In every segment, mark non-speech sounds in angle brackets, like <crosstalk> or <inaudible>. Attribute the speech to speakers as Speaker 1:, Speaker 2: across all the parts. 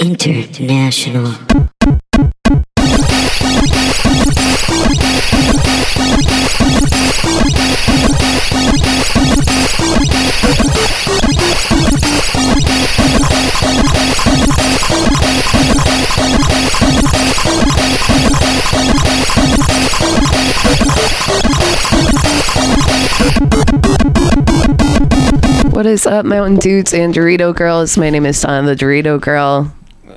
Speaker 1: International.
Speaker 2: What is up, Mountain Dudes and Dorito Girls? My name is Donna the Dorito Girl.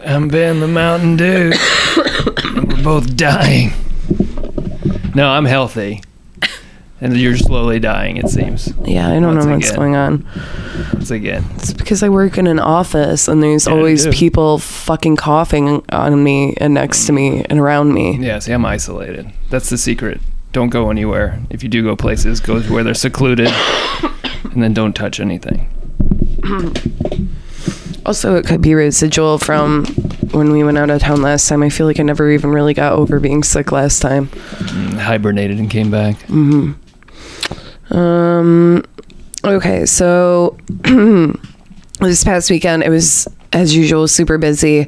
Speaker 3: I'm Ben the Mountain Dew. We're both dying. No, I'm healthy. And you're slowly dying, it seems.
Speaker 2: Yeah, I don't
Speaker 3: Once
Speaker 2: know what's
Speaker 3: again.
Speaker 2: going on.
Speaker 3: Once again.
Speaker 2: It's because I work in an office and there's
Speaker 3: Yeah, you
Speaker 2: always
Speaker 3: do.
Speaker 2: people fucking coughing on me and next to me and around me.
Speaker 3: Yeah, see, I'm isolated. That's the secret. Don't go anywhere. If you do go places, go to where they're secluded. And then don't touch anything.
Speaker 2: Also, it could be residual from when we went out of town last time. I feel like I never even really got over being sick last time.
Speaker 3: Hibernated and came back.
Speaker 2: Mm. Um, okay, so <clears throat> this past weekend it was as usual super busy.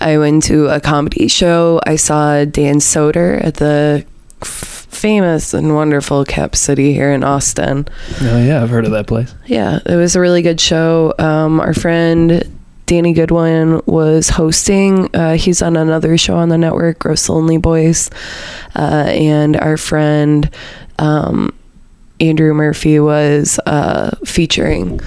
Speaker 2: I went to a comedy show. I saw Dan Soder at the f- famous and wonderful Cap City here in Austin.
Speaker 3: Oh, yeah, I've heard of that place.
Speaker 2: Yeah, it was a really good show. Um, our friend Danny Goodwin was hosting. Uh, he's on another show on the network, Gross Lonely Boys. Uh, and our friend um, Andrew Murphy was uh, featuring.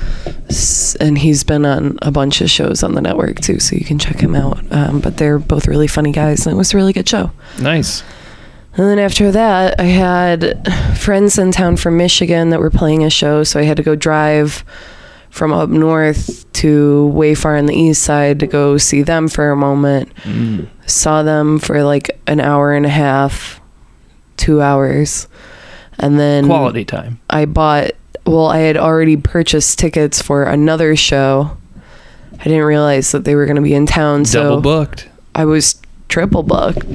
Speaker 2: S- And he's been on a bunch of shows on the network too, so you can check him out. Um, but they're both really funny guys, and it was a really good show.
Speaker 3: Nice.
Speaker 2: And then after that, I had friends in town from Michigan that were playing a show, so I had to go drive from up north to way far on the east side to go see them for a moment. Saw them for like an hour and a half, two hours. And then
Speaker 3: Quality time.
Speaker 2: I bought, well, I had already purchased tickets for another show. I didn't realize that they were going to be in town, so
Speaker 3: Double booked.
Speaker 2: I was triple booked.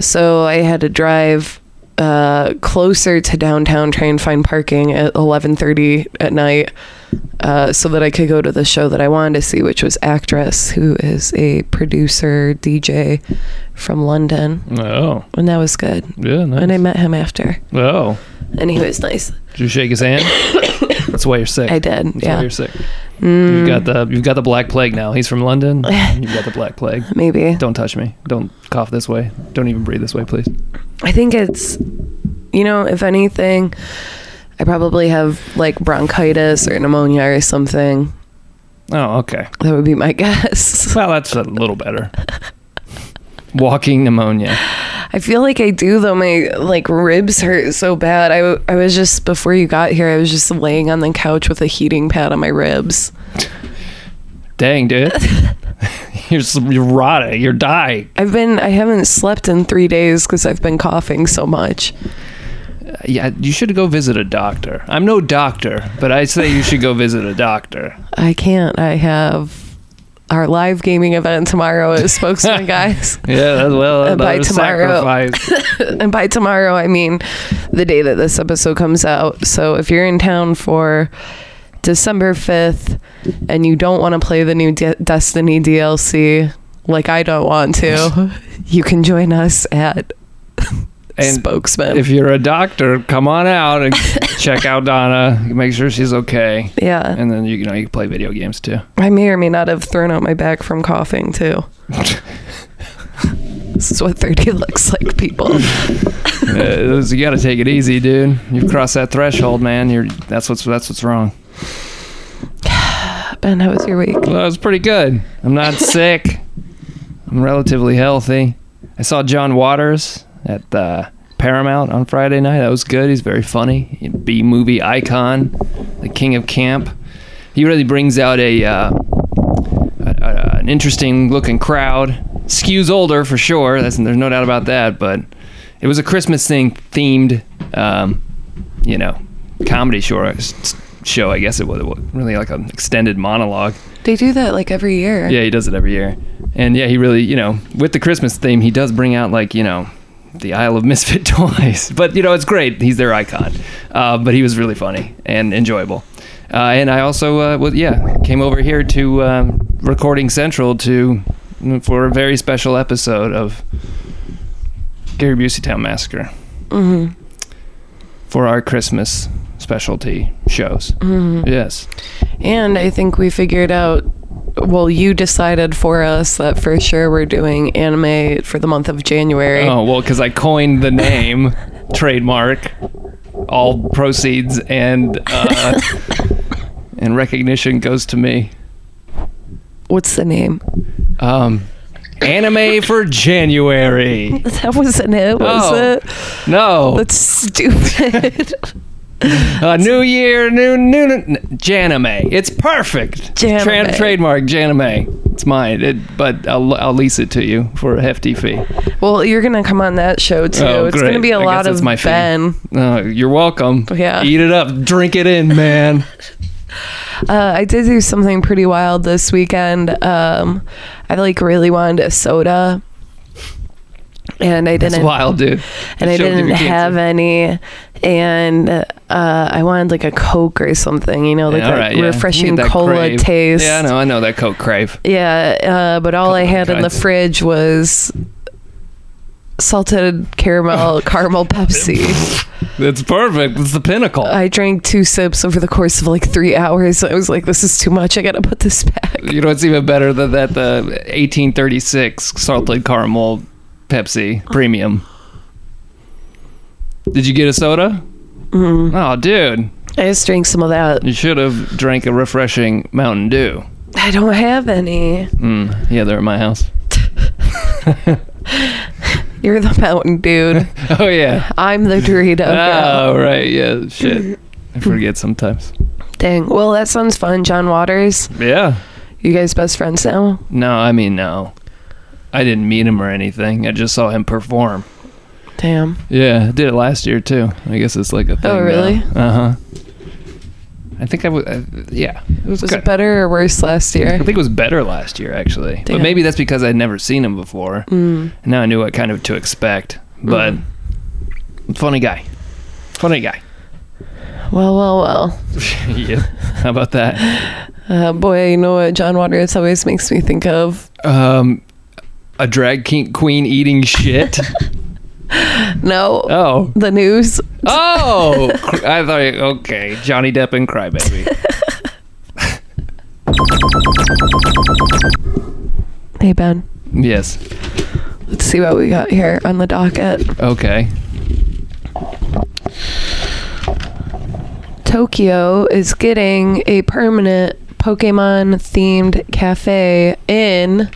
Speaker 2: So I had to drive uh, closer to downtown, try and find parking at 11:30 at night, uh, so that I could go to the show that I wanted to see, which was Actress, who is a producer DJ from London,
Speaker 3: Oh,
Speaker 2: and that was good.
Speaker 3: yeah, nice.
Speaker 2: And I met him after,
Speaker 3: oh,
Speaker 2: and he was nice.
Speaker 3: did you shake
Speaker 2: <coughs>
Speaker 3: his hand? That's why you're sick.
Speaker 2: I did,
Speaker 3: That's why
Speaker 2: yeah, Mm.
Speaker 3: you're sick. You've got the you've got the black plague now. He's
Speaker 2: <laughs>
Speaker 3: from London. You've got the black plague.
Speaker 2: maybe.
Speaker 3: Don't touch me. Don't cough this way. Don't even breathe this way, please.
Speaker 2: I think it's, you know, if anything, I probably have like bronchitis or pneumonia or something.
Speaker 3: Oh, okay.
Speaker 2: That would be my <laughs> guess.
Speaker 3: Well, that's a little better. Walking pneumonia.
Speaker 2: I feel like I do though. My like ribs hurt so bad. I, w- I was just before you got here. I was just laying on the couch with a heating pad on my ribs.
Speaker 3: Dang, dude. <laughs> you're s- you're rotting. You're dying.
Speaker 2: I've been I haven't slept in three days because I've been coughing so much.
Speaker 3: Yeah, you should go visit a doctor. I'm no doctor, but I say you should go visit a doctor.
Speaker 2: I can't. I have our live gaming event tomorrow at Spokesman Guys,
Speaker 3: Yeah, that's, well,
Speaker 2: Uh, <laughs> by
Speaker 3: another
Speaker 2: tomorrow. <laughs>
Speaker 3: sacrifice.
Speaker 2: and by tomorrow I mean the day that this episode comes out. So if you're in town for December fifth and you don't want to play the new De- Destiny DLC like I don't want
Speaker 3: <laughs>
Speaker 2: to, you can join us at
Speaker 3: And
Speaker 2: Spokesman.
Speaker 3: if you're a doctor, come on out and check out Donna. Make sure she's okay.
Speaker 2: yeah,
Speaker 3: And then you, you know you can play video games too.
Speaker 2: I may or may not have thrown out my back from coughing
Speaker 3: <laughs>
Speaker 2: too. this is what thirty <laughs> looks like, people.
Speaker 3: Uh, those- you got to take it easy, dude. You've crossed that threshold, man. You're that's what's that's what's wrong.
Speaker 2: Ben, how was your week?
Speaker 3: Well, that was pretty good. I'm not sick. I'm relatively healthy. I saw John Waters at the Paramount on Friday night. That was good. He's very funny. B movie icon, the king of camp. He really brings out a, uh, a, a an interesting looking crowd. Skews older for sure. That's, there's no doubt about that. But it was a Christmas thing themed, um, you know, comedy show. uh, s- Show I guess it was, it was really like an extended monologue.
Speaker 2: They do that like every year.
Speaker 3: Yeah, he does it every year. And yeah, he really, you know, with the Christmas theme, he does bring out like, you know, the Isle of Misfit <laughs> Toys. But, you know, it's great. He's their icon. Uh, but he was really funny and enjoyable. Uh, and I also, uh, was, yeah, came over here to um, Recording Central to for a very special episode of Gary Busey Town Massacre
Speaker 2: hmm
Speaker 3: for our Christmas specialty shows.
Speaker 2: hmm
Speaker 3: Yes.
Speaker 2: And I think we figured out. Well, you decided for us that for sure we're doing anime for the month of January. <laughs>
Speaker 3: Oh, well, because I coined the name, trademark, all proceeds and uh, and recognition goes to me.
Speaker 2: What's the name? <laughs>
Speaker 3: Um, anime for January.
Speaker 2: That wasn't it, was
Speaker 3: Oh.
Speaker 2: it?
Speaker 3: No,
Speaker 2: That's stupid. <laughs>
Speaker 3: a new year, new new n- Janime. It's perfect.
Speaker 2: Janime.
Speaker 3: trademark Janime. It's mine. It, but I'll, I'll lease it to you for a hefty fee.
Speaker 2: well, you're gonna come on that show too.
Speaker 3: Oh,
Speaker 2: it's gonna
Speaker 3: great.
Speaker 2: be a
Speaker 3: I guess
Speaker 2: lot
Speaker 3: that's
Speaker 2: of
Speaker 3: my fee.
Speaker 2: Ben.
Speaker 3: Uh, you're welcome.
Speaker 2: Yeah.
Speaker 3: Eat it up. Drink it
Speaker 2: <laughs>
Speaker 3: in, man.
Speaker 2: Uh, I did do something pretty wild this weekend. Um, I like really wanted a soda, and I
Speaker 3: That's
Speaker 2: didn't.
Speaker 3: wild, dude.
Speaker 2: and I
Speaker 3: Showed you
Speaker 2: didn't
Speaker 3: your cancer.
Speaker 2: have any. And uh, I wanted like a Coke or something, you know, like
Speaker 3: Yeah, all
Speaker 2: that
Speaker 3: right, yeah. You
Speaker 2: refreshing
Speaker 3: get that
Speaker 2: cola
Speaker 3: crave.
Speaker 2: taste.
Speaker 3: Yeah, I know. I know that Coke crave.
Speaker 2: Yeah, uh, but all I
Speaker 3: Couple
Speaker 2: had in the
Speaker 3: kinds.
Speaker 2: fridge was salted
Speaker 3: <laughs>
Speaker 2: caramel caramel Pepsi.
Speaker 3: It's perfect. It's the pinnacle.
Speaker 2: I drank two sips over the course of like three hours. I was like, this is too much. I gotta put this back.
Speaker 3: you know what's even better than that? The 1836 salted caramel Pepsi
Speaker 2: Oh.
Speaker 3: premium. Did you get a soda?
Speaker 2: Mm.
Speaker 3: Oh, dude.
Speaker 2: I just drank some of that.
Speaker 3: You should have drank a refreshing Mountain Dew.
Speaker 2: I don't have any.
Speaker 3: Mm, yeah, they're at my house. <laughs>
Speaker 2: You're the mountain
Speaker 3: <laughs>
Speaker 2: dude. <laughs>
Speaker 3: Oh, yeah.
Speaker 2: I'm the Dorito. girl.
Speaker 3: Oh, right. Yeah, shit. I forget sometimes.
Speaker 2: Dang. Well, that sounds fun. John Waters.
Speaker 3: Yeah.
Speaker 2: You guys best friends now?
Speaker 3: No, I mean, no. I didn't meet him or anything. I just saw him perform.
Speaker 2: Damn.
Speaker 3: Yeah, I did it last year too. I guess it's like a thing.
Speaker 2: Oh, really?
Speaker 3: Uh huh. I think I would. Uh, yeah, it was,
Speaker 2: Was
Speaker 3: good.
Speaker 2: it better or worse last
Speaker 3: I
Speaker 2: year?
Speaker 3: think it was better last year actually, but
Speaker 2: Damn.
Speaker 3: maybe that's because I'd never seen him before.
Speaker 2: Mm.
Speaker 3: And now I knew what kind of to expect. But funny guy, funny guy.
Speaker 2: Well, well, well.
Speaker 3: yeah. How about that?
Speaker 2: Uh, boy, you know what John Waters always makes me think of?
Speaker 3: Um, a drag king queen
Speaker 2: <laughs>
Speaker 3: eating shit.
Speaker 2: No,
Speaker 3: oh.
Speaker 2: the news.
Speaker 3: Oh, cr- I thought you- okay, Johnny Depp
Speaker 2: <laughs>
Speaker 3: and Crybaby.
Speaker 2: Hey Ben,
Speaker 3: yes.
Speaker 2: let's see what we got here on the docket.
Speaker 3: Okay.
Speaker 2: Tokyo is getting a permanent Pokemon-themed cafe in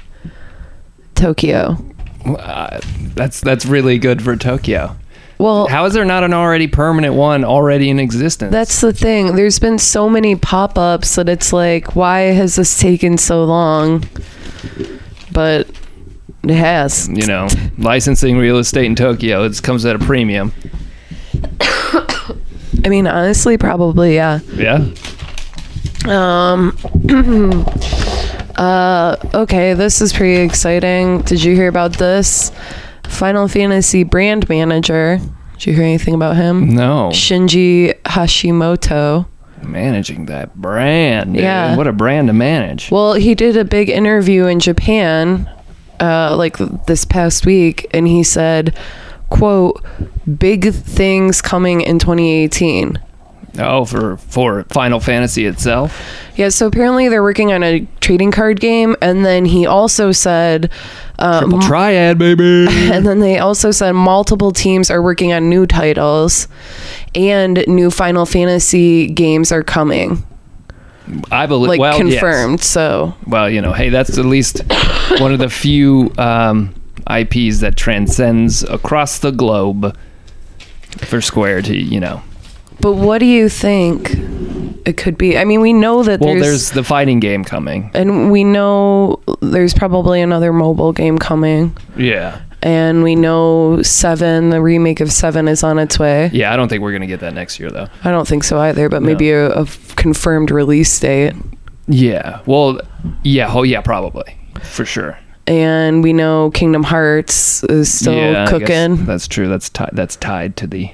Speaker 2: Tokyo.
Speaker 3: Uh, that's that's really good for Tokyo.
Speaker 2: Well,
Speaker 3: How is there not an already permanent one already in existence?
Speaker 2: that's the thing. There's been so many pop-ups that it's like, why has this taken so long? But it has.
Speaker 3: you know, licensing real estate in Tokyo. It comes at a premium.
Speaker 2: I mean, honestly, probably yeah.
Speaker 3: Yeah.
Speaker 2: Um. uh. Okay, this is pretty exciting. Did you hear about this? Final Fantasy brand manager. Did you hear anything about him?
Speaker 3: No.
Speaker 2: Shinji Hashimoto.
Speaker 3: Managing that brand. dude.
Speaker 2: Yeah.
Speaker 3: What a brand to manage.
Speaker 2: Well, he did a big interview in Japan, uh, like th- this past week, and he said, "quote Big things coming in 2018."
Speaker 3: Oh, for for Final Fantasy itself.
Speaker 2: Yeah, so apparently they're working on a trading card game, and then he also said, <laughs> uh,
Speaker 3: Triple Triad, baby.
Speaker 2: And then they also said multiple teams are working on new titles and new Final Fantasy games are coming.
Speaker 3: I believe.
Speaker 2: Like
Speaker 3: well, yes.
Speaker 2: confirmed. So
Speaker 3: well, you know, hey, that's at least
Speaker 2: <coughs>
Speaker 3: one of the few um, IPs that transcends across the globe for Square to, you know.
Speaker 2: but what do you think it could be? I mean, we know that
Speaker 3: Well,
Speaker 2: there's,
Speaker 3: there's the fighting game coming.
Speaker 2: and we know there's probably another mobile game coming.
Speaker 3: Yeah.
Speaker 2: And we know Seven, the remake of Seven is on its way.
Speaker 3: Yeah, I don't think we're going to get that next year, though.
Speaker 2: I don't think so either, but
Speaker 3: No.
Speaker 2: maybe a, a confirmed release date.
Speaker 3: Yeah. Well, yeah. Oh, yeah, probably. For sure.
Speaker 2: And we know Kingdom Hearts is still
Speaker 3: yeah, I guess
Speaker 2: cooking.
Speaker 3: That's true. That's, ti- that's tied to the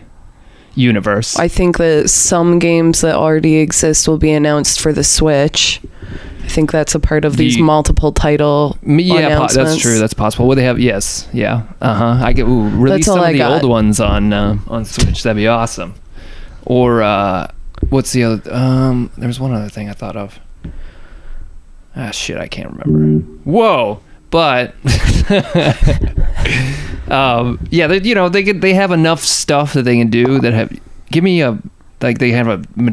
Speaker 3: universe.
Speaker 2: I think that some games that already exist will be announced for the Switch. I think that's a part of these
Speaker 3: Ye-
Speaker 2: multiple title.
Speaker 3: Me- yeah, po- that's
Speaker 2: announcements.
Speaker 3: true. That's possible. Would they have? Yes, yeah. Uh huh. I get ooh, release
Speaker 2: That's all
Speaker 3: some
Speaker 2: I
Speaker 3: of the
Speaker 2: got.
Speaker 3: old ones on uh, on Switch. That'd be awesome. Or uh, what's the other? Um, there was one other thing I thought of. Ah, shit, I can't remember. Whoa, but <laughs> um, yeah, they, you know they could, they have enough stuff that they can do that have. Give me a like they have a. ma-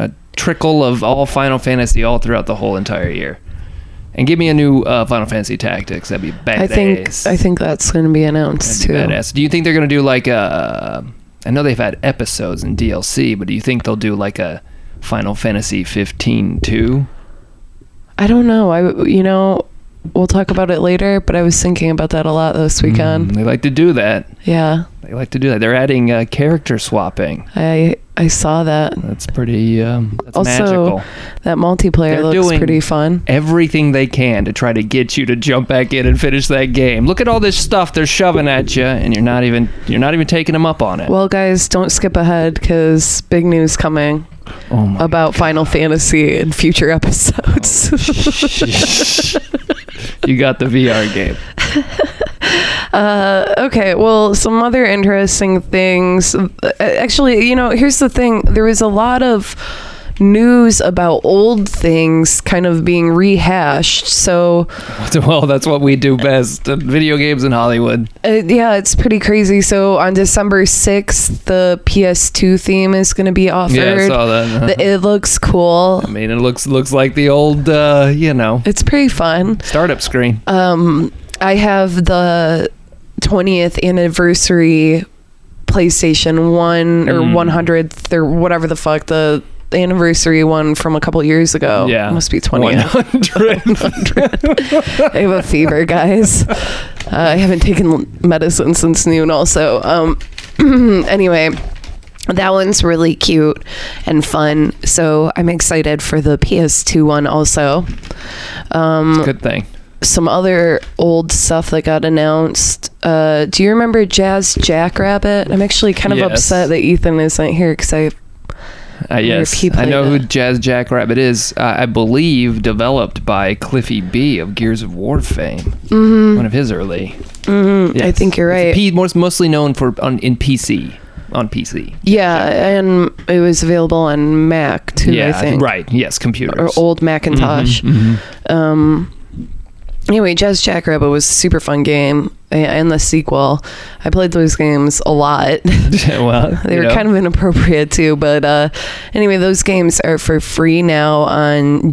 Speaker 3: a Trickle of all Final Fantasy all throughout the whole entire year. And give me a new uh, Final Fantasy Tactics. That'd be badass.
Speaker 2: I think I think that's going to be announced
Speaker 3: That'd be
Speaker 2: too.
Speaker 3: badass. Do you think they're gonna do like a? I know they've had episodes and DLC, but do you think they'll do like a Final Fantasy 15 too?
Speaker 2: I don't know. I w- you know we'll talk about it later, but I was thinking about that a lot this weekend.
Speaker 3: Mm, they like to do that.
Speaker 2: Yeah,
Speaker 3: They like to do that. They're adding uh, character swapping.
Speaker 2: I I saw that.
Speaker 3: That's pretty. Um, that's
Speaker 2: Also,
Speaker 3: magical.
Speaker 2: That multiplayer
Speaker 3: They're
Speaker 2: looks
Speaker 3: doing-
Speaker 2: pretty fun.
Speaker 3: Everything they can to try to get you to jump back in and finish that game. Look at all this stuff they're shoving at you, and you're not even you're not even taking them up on it.
Speaker 2: Well, guys, don't skip ahead because big news coming
Speaker 3: oh my
Speaker 2: about Final Fantasy in future <laughs> episodes.
Speaker 3: Oh, you got the VR game.
Speaker 2: <laughs>
Speaker 3: <laughs>
Speaker 2: Uh, okay, well, some other interesting things. Uh, Actually, you know, here's the thing there was a lot of news about old things kind of being rehashed. So,
Speaker 3: Well, that's what we do best: uh, video games in Hollywood.
Speaker 2: uh, yeah, it's pretty crazy. So, on December 6th, the PS2 theme is going to be offered.
Speaker 3: Yeah, I saw that.
Speaker 2: The-
Speaker 3: <laughs>
Speaker 2: it looks cool.
Speaker 3: I mean, it looks looks like the old, uh, you know,
Speaker 2: It's pretty fun.
Speaker 3: startup screen.
Speaker 2: Um, I have the 20th anniversary PlayStation 1 or
Speaker 3: Mm.
Speaker 2: 100th or whatever the fuck the anniversary one from a couple years ago.
Speaker 3: yeah,
Speaker 2: Oh, Must be
Speaker 3: 100.
Speaker 2: <laughs> 20th. I have a fever, guys. Uh, I haven't taken l- medicine since noon, also. Um, <clears throat> anyway, that one's really cute and fun. So I'm excited for the PS2 one, also. Um,
Speaker 3: <laughs> Good thing.
Speaker 2: some other old stuff that got announced. Uh, do you remember Jazz Jackrabbit? I'm actually kind of
Speaker 3: Yes.
Speaker 2: upset that Ethan isn't here because I
Speaker 3: Uh, yes,
Speaker 2: he
Speaker 3: I
Speaker 2: played
Speaker 3: know who
Speaker 2: it.
Speaker 3: Jazz Jackrabbit is. Uh, I believe developed by Cliffy B of Gears of War fame, one of his early.
Speaker 2: mm, Mm-hmm. I
Speaker 3: Yes.
Speaker 2: think you're
Speaker 3: It's
Speaker 2: right.
Speaker 3: P- most- mostly known for on in PC on PC.
Speaker 2: yeah, and it was available on Mac too. I think
Speaker 3: right. Yes, computers.
Speaker 2: or old Macintosh.
Speaker 3: Mhm, mhm.
Speaker 2: Um, anyway, Jazz Jackrabbit was a super fun game, a- and the sequel. I played those games a lot.
Speaker 3: <laughs>
Speaker 2: <laughs>
Speaker 3: well,
Speaker 2: They were kind of inappropriate too, but uh, anyway, those games are for free now on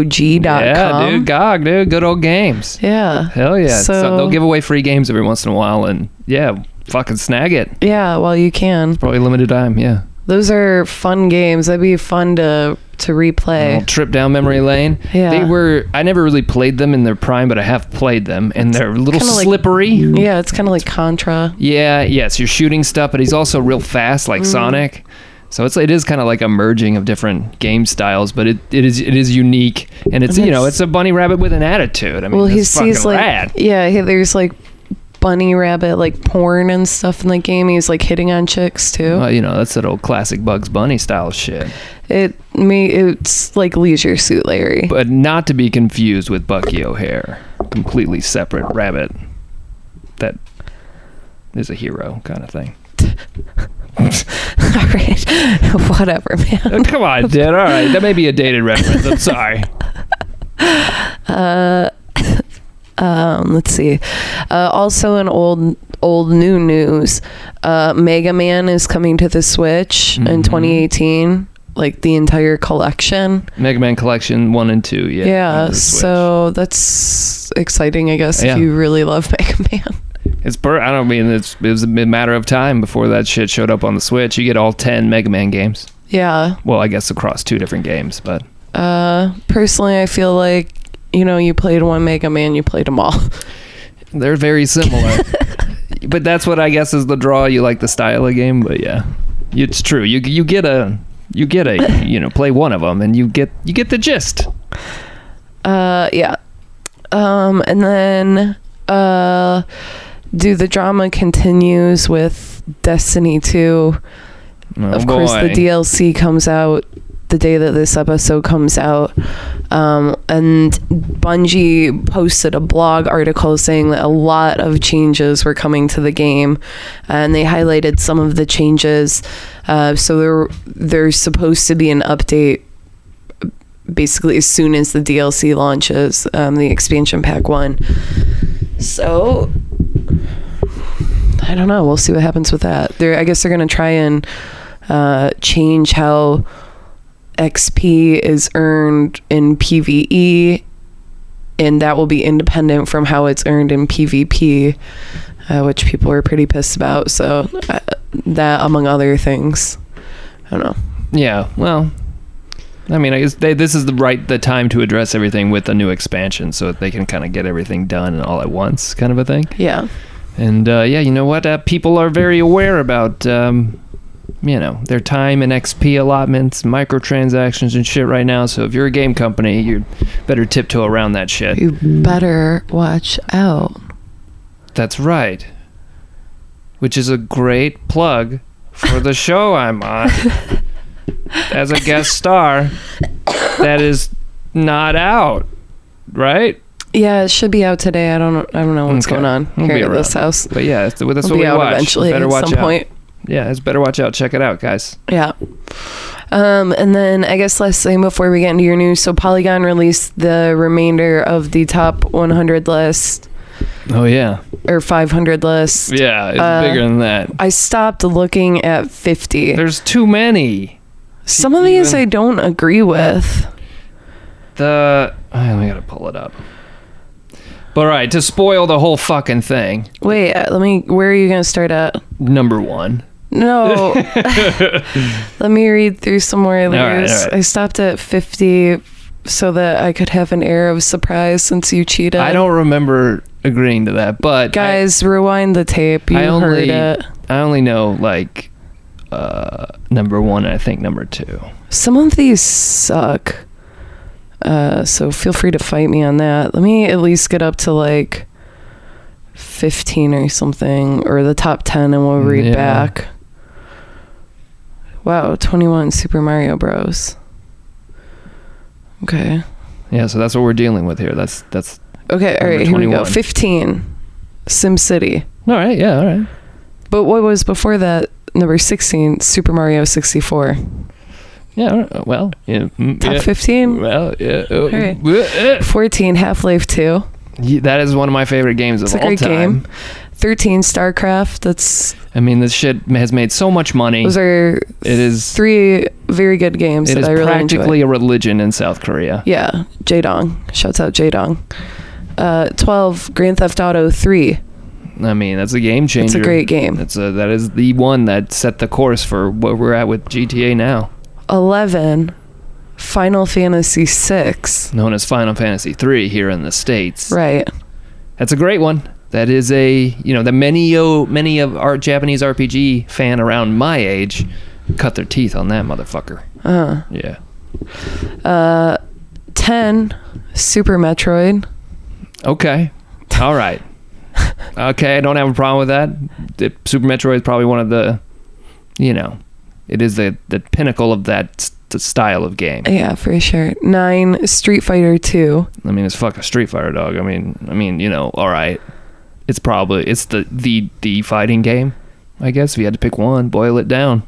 Speaker 2: GOG.com.
Speaker 3: Yeah, dude, GOG, dude, good old games.
Speaker 2: Yeah.
Speaker 3: Hell yeah! So,
Speaker 2: So-
Speaker 3: they'll give away free games every once in a while, and yeah, fucking snag it.
Speaker 2: Yeah, well, you can.
Speaker 3: Probably limited time. Yeah.
Speaker 2: Those are fun games. That'd be fun to to
Speaker 3: A
Speaker 2: replay.
Speaker 3: little trip down memory lane.
Speaker 2: Yeah.
Speaker 3: They were. I never really played them in their prime, but I have played them, and they're a little
Speaker 2: kinda like-
Speaker 3: slippery.
Speaker 2: Yeah, it's kind of like Contra.
Speaker 3: yeah. Yes, you're shooting stuff, but he's also real fast,
Speaker 2: Mm.
Speaker 3: like Sonic. So it's it is kind of like a merging of different game styles, but it, it is it is unique, and it's
Speaker 2: And
Speaker 3: you know
Speaker 2: it's-
Speaker 3: it's a bunny rabbit with an attitude. I mean,
Speaker 2: well, he
Speaker 3: it's fucking
Speaker 2: sees like
Speaker 3: rad.
Speaker 2: yeah, he- there's like bunny rabbit like porn and stuff in the game. He's like hitting on chicks too.
Speaker 3: Well, you know that's that old classic Bugs Bunny style shit.
Speaker 2: It me it's like Leisure Suit Larry.
Speaker 3: but not to be confused with Bucky O'Hare, completely separate rabbit that is a hero kind of
Speaker 2: <laughs>
Speaker 3: thing.
Speaker 2: <laughs> All right, <laughs> whatever, man.
Speaker 3: Oh, come on, dude. All right, that may be a dated reference.
Speaker 2: <laughs>
Speaker 3: I'm sorry.
Speaker 2: Uh, um, let's see. Uh, also, in old old new news, uh, Mega Man is coming to the Switch in
Speaker 3: Mhm.
Speaker 2: 2018, like the entire collection.
Speaker 3: Mega Man Collection One and Two. Yeah.
Speaker 2: Yeah,
Speaker 3: on the Switch.
Speaker 2: so that's exciting, I guess,
Speaker 3: Yeah.
Speaker 2: if you really love <laughs> Mega Man.
Speaker 3: it's per- I don't mean it's it was a matter of time before that shit showed up on the Switch. You get all ten Mega Man games.
Speaker 2: yeah.
Speaker 3: Well, I guess across two different games, but
Speaker 2: Uh, personally, I feel like you know you played one Mega Man, you played them all. <laughs>
Speaker 3: they're very similar. but that's what I guess is the draw. You like the style of game, but yeah, it's true. You you get a you get a you know play one of them and you get you get the gist.
Speaker 2: Uh, yeah. Um, and then uh, do the drama continues with Destiny Two.
Speaker 3: Oh,
Speaker 2: of course, the
Speaker 3: boy.
Speaker 2: DLC comes out the day that this episode comes out. Um, and Bungie posted a blog article saying that a lot of changes were coming to the game, and they highlighted some of the changes. Uh, so there, there's supposed to be an update. Basically, as soon as the DLC launches, um, the expansion pack one. So I don't know. We'll see what happens with that. They're, I guess they're going to try and uh, change how XP is earned in PVE, and that will be independent from how it's earned in PvP, uh, which people are pretty pissed about. So uh, that, among other things, I don't know.
Speaker 3: Yeah, well, I mean, I guess they, this is the right the time to address everything with a new expansion, so that they can kind of get everything done all at once, kind of a thing.
Speaker 2: Yeah,
Speaker 3: And uh, yeah, you know what? Uh, people are very aware about, um, you know, their time and XP allotments, microtransactions, and shit right now. So if you're a game company, you better tiptoe around that shit.
Speaker 2: you better watch out.
Speaker 3: That's right. Which is a great plug for the show
Speaker 2: <laughs>
Speaker 3: I'm on as a guest star that is not out, right?
Speaker 2: Yeah, it should be out today. I don't. I don't know what's
Speaker 3: Okay.
Speaker 2: going on
Speaker 3: We'll
Speaker 2: here
Speaker 3: be
Speaker 2: at this
Speaker 3: around.
Speaker 2: house.
Speaker 3: But yeah, that's, that's
Speaker 2: It'll
Speaker 3: what
Speaker 2: be
Speaker 3: we
Speaker 2: out
Speaker 3: watch.
Speaker 2: eventually
Speaker 3: better
Speaker 2: at
Speaker 3: watch
Speaker 2: some
Speaker 3: out.
Speaker 2: point.
Speaker 3: Yeah, it's better watch out. Check it out, guys.
Speaker 2: Yeah. Um, and then I guess last thing before we get into your news, so Polygon released the remainder of the top 100 list
Speaker 3: Oh yeah,
Speaker 2: or 500 list.
Speaker 3: yeah. It's
Speaker 2: Uh,
Speaker 3: bigger than that.
Speaker 2: I stopped looking at 50.
Speaker 3: There's too many.
Speaker 2: Some of these
Speaker 3: even-
Speaker 2: I don't agree with.
Speaker 3: The I we gotta pull it up. But all right, to spoil the whole fucking thing,
Speaker 2: Wait, uh, let me. Where are you going to start at?
Speaker 3: number one. <laughs>
Speaker 2: No. <laughs> let me read through some more of these.
Speaker 3: right, all right.
Speaker 2: I stopped at 50 so that I could have an air of surprise since you cheated.
Speaker 3: I don't remember agreeing to that, but I-
Speaker 2: Guys, rewind the tape. You
Speaker 3: I only
Speaker 2: heard it.
Speaker 3: I only know like uh number one. and I think number two.
Speaker 2: Some of these suck. Uh, so feel free to fight me on that. Let me at least get up to like 15 or something, or the top 10, and we'll read
Speaker 3: Yeah.
Speaker 2: back. Wow, 21 Super Mario Bros. Okay.
Speaker 3: Yeah, so that's what we're dealing with here. That's that's
Speaker 2: Okay, all
Speaker 3: Number
Speaker 2: right, here we go.
Speaker 3: 21.
Speaker 2: 15 SimCity.
Speaker 3: all right. Yeah, all right.
Speaker 2: But what was before that? Number 16, Super Mario 64.
Speaker 3: Yeah, all right. well, yeah, mm,
Speaker 2: Top
Speaker 3: yeah.
Speaker 2: 15?
Speaker 3: Well, yeah. uh,
Speaker 2: right.
Speaker 3: uh, uh.
Speaker 2: 14, Half Life 2.
Speaker 3: Yeah, that is one of my favorite games
Speaker 2: It's
Speaker 3: of
Speaker 2: a
Speaker 3: all
Speaker 2: great
Speaker 3: time.
Speaker 2: game. 13 starcraft that's
Speaker 3: I mean, this shit has made so much money.
Speaker 2: those are
Speaker 3: It is
Speaker 2: three very good games
Speaker 3: it
Speaker 2: that
Speaker 3: is
Speaker 2: i really
Speaker 3: practically
Speaker 2: enjoy
Speaker 3: a religion in South Korea.
Speaker 2: yeah j-dong shouts out j-dong uh, 12 grand theft auto 3
Speaker 3: I mean, that's a game changer.
Speaker 2: it's a great game
Speaker 3: That's a, that is the one that set the course for where we're at with GTA now,
Speaker 2: 11 final fantasy 6
Speaker 3: known as Final Fantasy III here in the states.
Speaker 2: right
Speaker 3: That's a great one. That is a you know the many oh, many of our Japanese RPG fan around my age cut their teeth on that motherfucker.
Speaker 2: uh,
Speaker 3: Yeah.
Speaker 2: uh, 10 super metroid
Speaker 3: Okay. All right. okay, I don't have a problem with that. The Super Metroid is probably one of the, you know, it is the the pinnacle of that s- the style of game.
Speaker 2: yeah for sure 9 street fighter 2
Speaker 3: I mean, it's fuck a Street Fighter dog. I mean, I mean, you know, all right. It's probably it's the the the fighting game. I guess if you had to pick one, boil it down.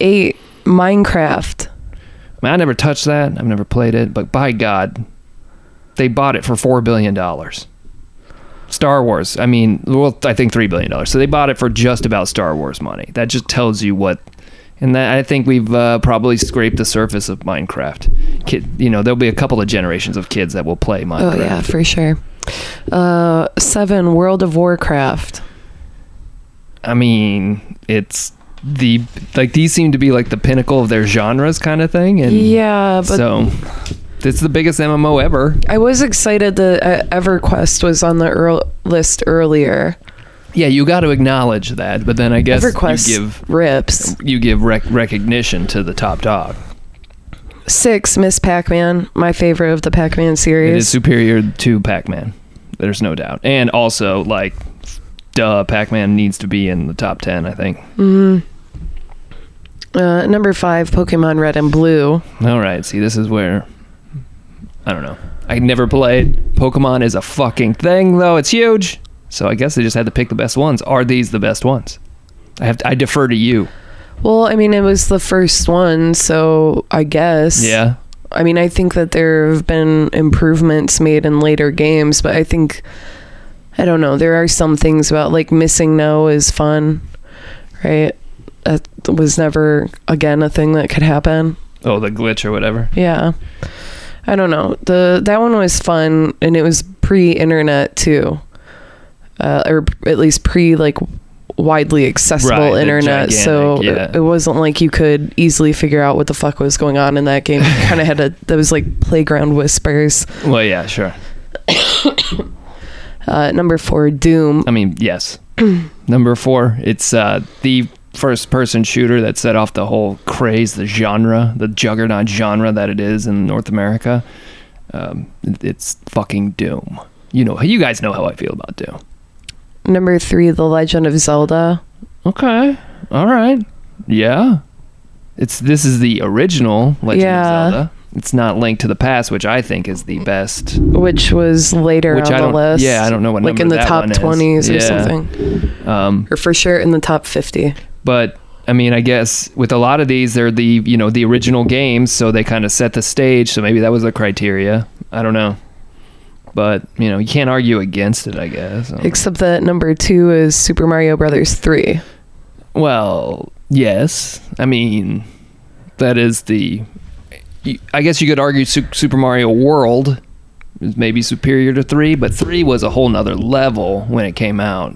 Speaker 2: 8 minecraft
Speaker 3: I mean, I never touched that. I've never played it, but by God, they bought it for four billion dollars. Star Wars. I mean, well, I think three billion dollars. So they bought it for just about Star Wars money. That just tells you what. And that I think we've uh, probably scraped the surface of Minecraft. Kid, you know, there'll be a couple of generations of kids that will play Minecraft.
Speaker 2: Oh yeah, for sure. Uh, seven World of Warcraft.
Speaker 3: I mean, it's the like these seem to be like the pinnacle of their genres, kind of thing. And
Speaker 2: yeah, but
Speaker 3: so it's the biggest MMO ever.
Speaker 2: I was excited that uh, EverQuest was on the earl- list earlier.
Speaker 3: Yeah, you got to acknowledge that, but then I guess
Speaker 2: EverQuest
Speaker 3: you give
Speaker 2: rips.
Speaker 3: you give rec- recognition to the top dog.
Speaker 2: Six Miss Pac-Man, my favorite of the Pac-Man
Speaker 3: It is
Speaker 2: series.
Speaker 3: superior to Pac-Man. There's no doubt, and also like, duh, Pac-Man needs to be in the top ten. I think.
Speaker 2: Mhm. Uh, number five, Pokemon Red and Blue.
Speaker 3: All right. See, this is where I don't know. I never played. Pokemon is a fucking thing, though. It's huge. So I guess they just had to pick the best ones. Are these the best ones? I have. To, I defer to you.
Speaker 2: Well, I mean, it was the first one, so I guess.
Speaker 3: Yeah.
Speaker 2: I mean, I think that there have been improvements made in later games, but I think I don't know. There are some things about like missing no is fun, right? That was never again a thing that could happen.
Speaker 3: Oh, the glitch or whatever.
Speaker 2: Yeah. I don't know. The that one was fun and it was pre-internet too. Uh, or at least pre like widely accessible
Speaker 3: Right, the
Speaker 2: internet so
Speaker 3: gigantic,
Speaker 2: it,
Speaker 3: yeah.
Speaker 2: it wasn't like you could easily figure out what the fuck was going on in that game kind of had
Speaker 3: <laughs>
Speaker 2: a that was like playground whispers
Speaker 3: Well, yeah, sure.
Speaker 2: uh number four doom
Speaker 3: I mean, yes. Number four, it's uh, the first person shooter that set off the whole craze, the genre, the juggernaut genre that it is in North America. Um, it- it's fucking Doom. You know, you guys know how I feel about Doom.
Speaker 2: number three the legend of zelda
Speaker 3: Okay. All right. Yeah. It's this is the original Legend
Speaker 2: Yeah.
Speaker 3: of Zelda. It's not linked to the past, which I think is the best.
Speaker 2: which was later
Speaker 3: Which
Speaker 2: on
Speaker 3: I
Speaker 2: the
Speaker 3: don't-
Speaker 2: list
Speaker 3: yeah, I don't know what
Speaker 2: like
Speaker 3: number
Speaker 2: in the
Speaker 3: that
Speaker 2: top
Speaker 3: one is.
Speaker 2: 20s or
Speaker 3: Yeah.
Speaker 2: something
Speaker 3: Um,
Speaker 2: or for sure in the top 50
Speaker 3: but I mean, I guess with a lot of these, they're the you know the original games, so they kind of set the stage. So maybe that was the criteria. I don't know, but you know, you can't argue against it. I guess. Um,
Speaker 2: except that number two is super mario brothers 3
Speaker 3: well, yes. I mean, that is the. you- I guess you could argue Su- Super Mario World is maybe superior to three, but three was a whole nother level when it came out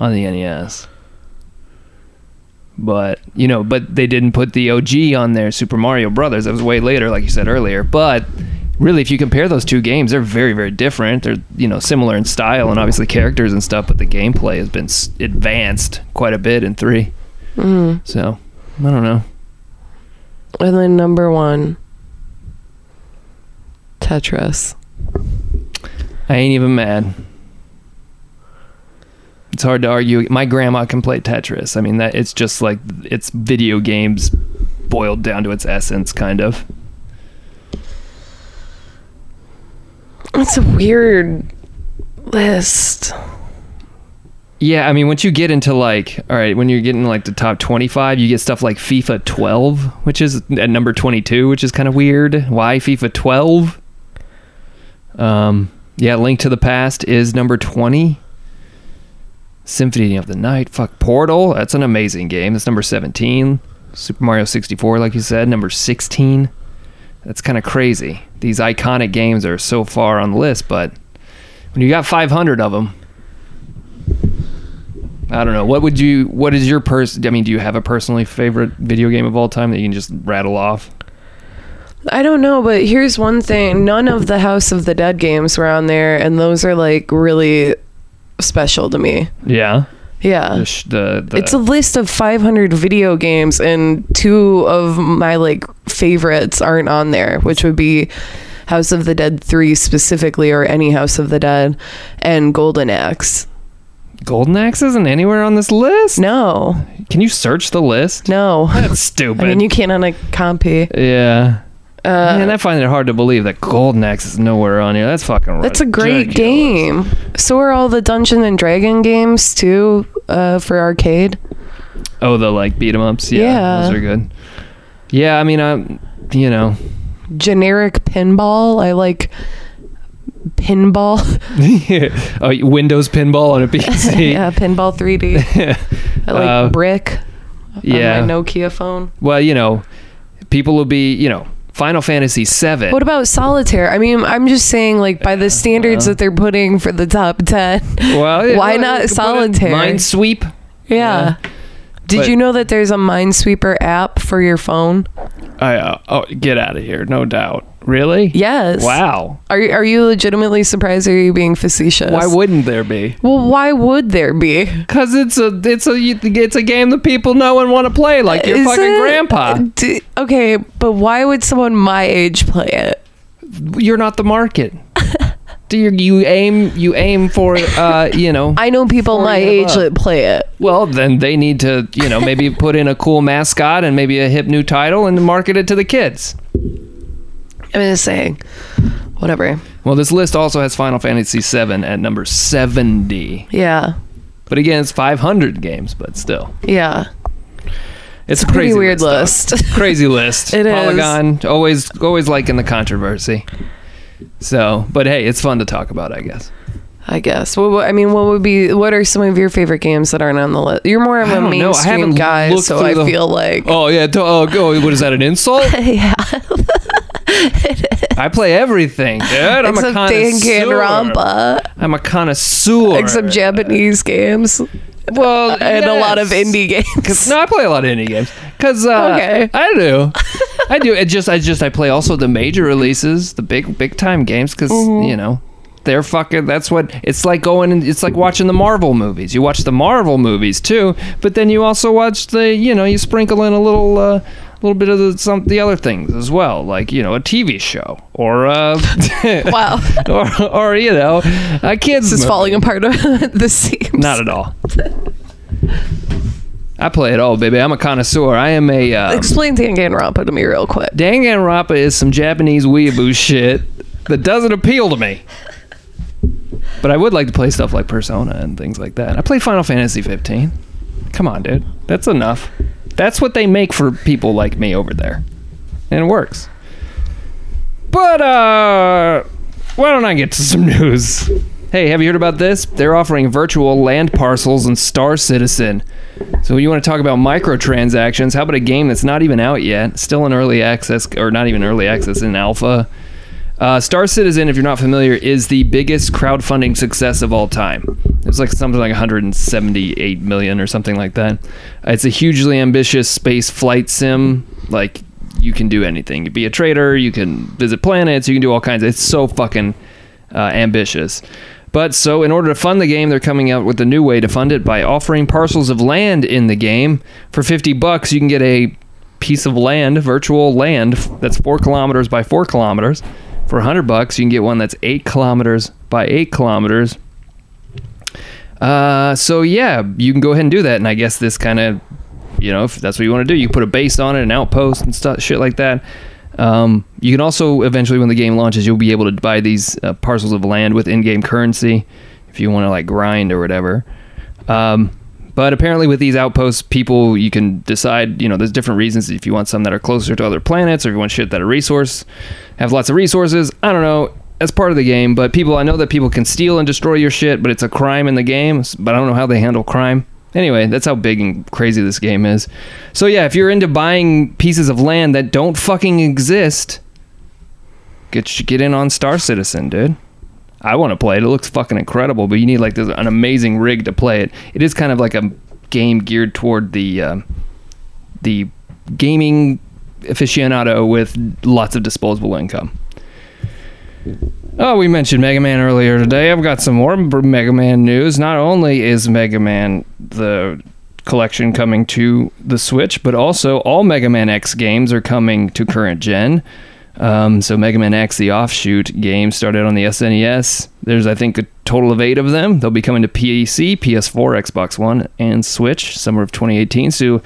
Speaker 3: on the NES. But you know, but they didn't put the OG on there, Super Mario Brothers. That was way later, like you said earlier. But really, if you compare those two games, they're very, very different. They're you know similar in style and obviously characters and stuff, but the gameplay has been s- advanced quite a bit in three.
Speaker 2: mm.
Speaker 3: So I don't know.
Speaker 2: and then number one tetris
Speaker 3: I ain't even mad. It's hard to argue. My grandma can play Tetris. I mean, that it's just like it's video games boiled down to its essence, kind of.
Speaker 2: that's a weird list
Speaker 3: Yeah, I mean, once you get into like, all right, when you're getting like the top 25, you get stuff like FIFA 12, which is at number 22, which is kind of weird. Why FIFA 12? Um, yeah, Link to the Past is number 20. Symphony of the Night, fuck Portal, that's an amazing game. That's number 17. Super Mario 64, like you said, number 16. That's kind of crazy. These iconic games are so far on the list, but when you got 500 of them, I don't know. What would you? What is your person? I mean, do you have a personally favorite video game of all time that you can just rattle off?
Speaker 2: I don't know, but here's one thing: none of the House of the Dead games were on there, and those are like really special to me.
Speaker 3: Yeah,
Speaker 2: Yeah,
Speaker 3: the, sh- the, the
Speaker 2: it's a list of 500 video games, and two of my like favorites aren't on there, which would be House of the Dead three specifically, or any House of the Dead, and Golden Axe.
Speaker 3: Golden Axe isn't anywhere on this list.
Speaker 2: No,
Speaker 3: Can you search the list?
Speaker 2: no.
Speaker 3: <laughs> That's stupid.
Speaker 2: I mean, you Uh, can't on a compy.
Speaker 3: yeah. Man, I find it hard to believe that Golden Axe is nowhere on here. That's fucking.
Speaker 2: That's a great
Speaker 3: ridiculous.
Speaker 2: game. So are all the Dungeon and Dragon games too uh, for arcade.
Speaker 3: Oh, the like beat 'em ups. Yeah,
Speaker 2: Yeah.
Speaker 3: those are good. Yeah, I mean, I, you know, <laughs>
Speaker 2: generic pinball. I like pinball. <laughs>
Speaker 3: <laughs> oh, Windows pinball on a PC.
Speaker 2: yeah, pinball 3D. I like
Speaker 3: Uh,
Speaker 2: brick
Speaker 3: <laughs>
Speaker 2: Oh,
Speaker 3: yeah.
Speaker 2: on my Nokia phone.
Speaker 3: Well, you know, people will be, you know, Final Fantasy VII.
Speaker 2: What about solitaire? I mean, I'm just saying, like, by the standards
Speaker 3: well.
Speaker 2: that they're putting for the top 10.
Speaker 3: <laughs> well, yeah,
Speaker 2: why not
Speaker 3: well, you can put in
Speaker 2: solitaire?
Speaker 3: Minesweep.
Speaker 2: yeah. Did
Speaker 3: But-
Speaker 2: you know that there's a Minesweeper app for your phone?
Speaker 3: I, uh, oh, get out of here, no doubt. Really?
Speaker 2: Yes.
Speaker 3: Wow.
Speaker 2: Are, you- are you legitimately surprised? Or are you being facetious?
Speaker 3: Why wouldn't there be?
Speaker 2: well, why would there be?
Speaker 3: Because it's a it's a it's a game that people know and want to play, like your
Speaker 2: Is
Speaker 3: fucking
Speaker 2: it-
Speaker 3: grandpa.
Speaker 2: D- okay, but why would someone my age play it? <laughs>
Speaker 3: You're not the market. do you, you aim you aim for uh, you know
Speaker 2: I know people my
Speaker 3: 40 and
Speaker 2: age
Speaker 3: above.
Speaker 2: that play it.
Speaker 3: Well, then they need to, you
Speaker 2: <laughs>
Speaker 3: know, maybe put in a cool mascot and maybe a hip new title and market it to the kids.
Speaker 2: I'm just saying, whatever.
Speaker 3: Well, this list also has Final Fantasy VII at number 70.
Speaker 2: Yeah,
Speaker 3: But again, it's 500 games, but still.
Speaker 2: yeah.
Speaker 3: It's, a
Speaker 2: pretty
Speaker 3: crazy
Speaker 2: weird
Speaker 3: list.
Speaker 2: list.
Speaker 3: though. <laughs> crazy
Speaker 2: <laughs>
Speaker 3: list.
Speaker 2: It is.
Speaker 3: Polygon, always always liking the controversy. So, but hey, it's fun to talk about, I guess.
Speaker 2: I guess. Well, what- I mean, what would be? What are some of your favorite games that aren't on the list? You're more of
Speaker 3: I
Speaker 2: a
Speaker 3: don't know. I
Speaker 2: mainstream
Speaker 3: haven't
Speaker 2: guy,
Speaker 3: looked
Speaker 2: so
Speaker 3: through
Speaker 2: I
Speaker 3: the-
Speaker 2: feel like
Speaker 3: Oh, yeah. To, oh, go. What is that, an insult?
Speaker 2: <laughs> yeah,
Speaker 3: I play everything, dude. I'm a
Speaker 2: except
Speaker 3: connoisseur.
Speaker 2: Danganronpa,
Speaker 3: I'm a connoisseur.
Speaker 2: except Japanese games
Speaker 3: Well,
Speaker 2: and a lot of
Speaker 3: yes.
Speaker 2: indie games.
Speaker 3: No, I play a lot of indie games because uh,
Speaker 2: Okay.
Speaker 3: I do, I do. It just, I just, I play also the major releases, the big, big time games because
Speaker 2: Mm-hmm.
Speaker 3: you know they're fucking. That's what it's like going. And it's like watching the Marvel movies. You watch the Marvel movies too, but then you also watch the, you know, you sprinkle in a little. Uh, little bit of the, some the other things as well, like you know a TV show or uh,
Speaker 2: <laughs>
Speaker 3: <laughs>
Speaker 2: Wow,
Speaker 3: or, or you know a kids
Speaker 2: this is
Speaker 3: movie.
Speaker 2: falling apart <laughs> the seams.
Speaker 3: Not at all. I play it all, baby. I'm a connoisseur. I am a um,
Speaker 2: Explain Danganronpa to me real quick.
Speaker 3: Danganronpa is some Japanese weeaboo shit that doesn't appeal to me. But I would like to play stuff like Persona and things like that. I play Final Fantasy 15. Come on, dude. That's enough. That's what they make for people like me over there. And it works. But uh why don't I get to some <laughs> news? Hey, have you heard about this? They're offering virtual land parcels and Star Citizen. So you want to talk about microtransactions? How about a game that's not even out yet, still in early access, or not even early access, in alpha? Uh, Star Citizen, if you're not familiar, is the biggest crowdfunding success of all time. It was like something like 178 million or something like that. It's a hugely ambitious space flight sim. Like you can do anything. You can be a trader. You can visit planets. You can do all kinds. It's so fucking uh, ambitious. But so, in order to fund the game, they're coming out with a new way to fund it by offering parcels of land in the game. For 50 bucks, you can get a piece of land, virtual land, f- that's four kilometers by four kilometers. For 100 bucks, you can get one that's eight kilometers by eight kilometers. Uh, so, yeah, you can go ahead and do that. And I guess this kind of, you know, if that's what you want to do, you put a base on it, an outpost, and stuff, shit like that. Um, you can also eventually, when the game launches, you'll be able to buy these uh, parcels of land with in-game currency if you want to like grind or whatever. Um, but apparently, with these outposts, people you can decide. You know, there's different reasons if you want some that are closer to other planets, or if you want shit that are resource have lots of resources. I don't know. That's part of the game. But people, I know that people can steal and destroy your shit, but it's a crime in the game. s- But I don't know how they handle crime. Anyway, that's how big and crazy this game is. So yeah, if you're into buying pieces of land that don't fucking exist, get get in on Star Citizen, dude. I want to play it. It looks fucking incredible, but you need like this, an amazing rig to play it. It is kind of like a game geared toward the um the gaming aficionado with lots of disposable income. Oh, we mentioned Mega Man earlier today. I've got some more b- Mega Man news. Not only is Mega Man the collection coming to the Switch, but also all Mega Man X games are coming to current gen. Um, so Mega Man X, the offshoot game, started on the SNES. There's, I think, a total of eight of them. They'll be coming to PC, PS4, Xbox One, and Switch summer of 2018. So,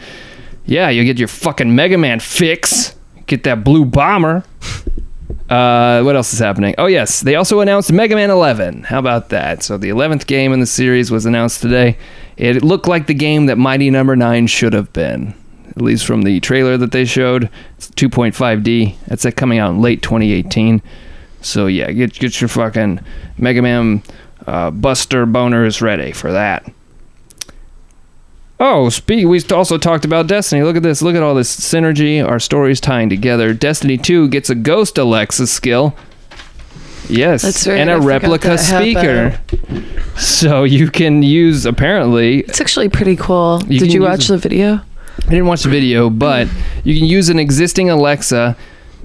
Speaker 3: yeah, you'll get your fucking Mega Man fix. Get that blue bomber. Uh, what else is happening? Oh, yes. They also announced Mega Man 11. How about that? So, the 11th game in the series was announced today. It looked like the game that Mighty Number 9 should have been, at least from the trailer that they showed. It's 2.5D. That's uh, coming out in late 2018. So, yeah, get, get your fucking Mega Man uh, Buster boners ready for that. Oh, speak. We also talked about Destiny. Look at this. Look at all this synergy. Our stories tying together. Destiny 2 gets a Ghost Alexa skill. Yes,
Speaker 2: That's right,
Speaker 3: and a
Speaker 2: I forgot
Speaker 3: replica
Speaker 2: that
Speaker 3: speaker.
Speaker 2: happened.
Speaker 3: So you can use apparently.
Speaker 2: It's actually pretty cool.
Speaker 3: You
Speaker 2: Did
Speaker 3: can
Speaker 2: you
Speaker 3: use
Speaker 2: watch the video?
Speaker 3: I didn't watch the video, but you can use an existing Alexa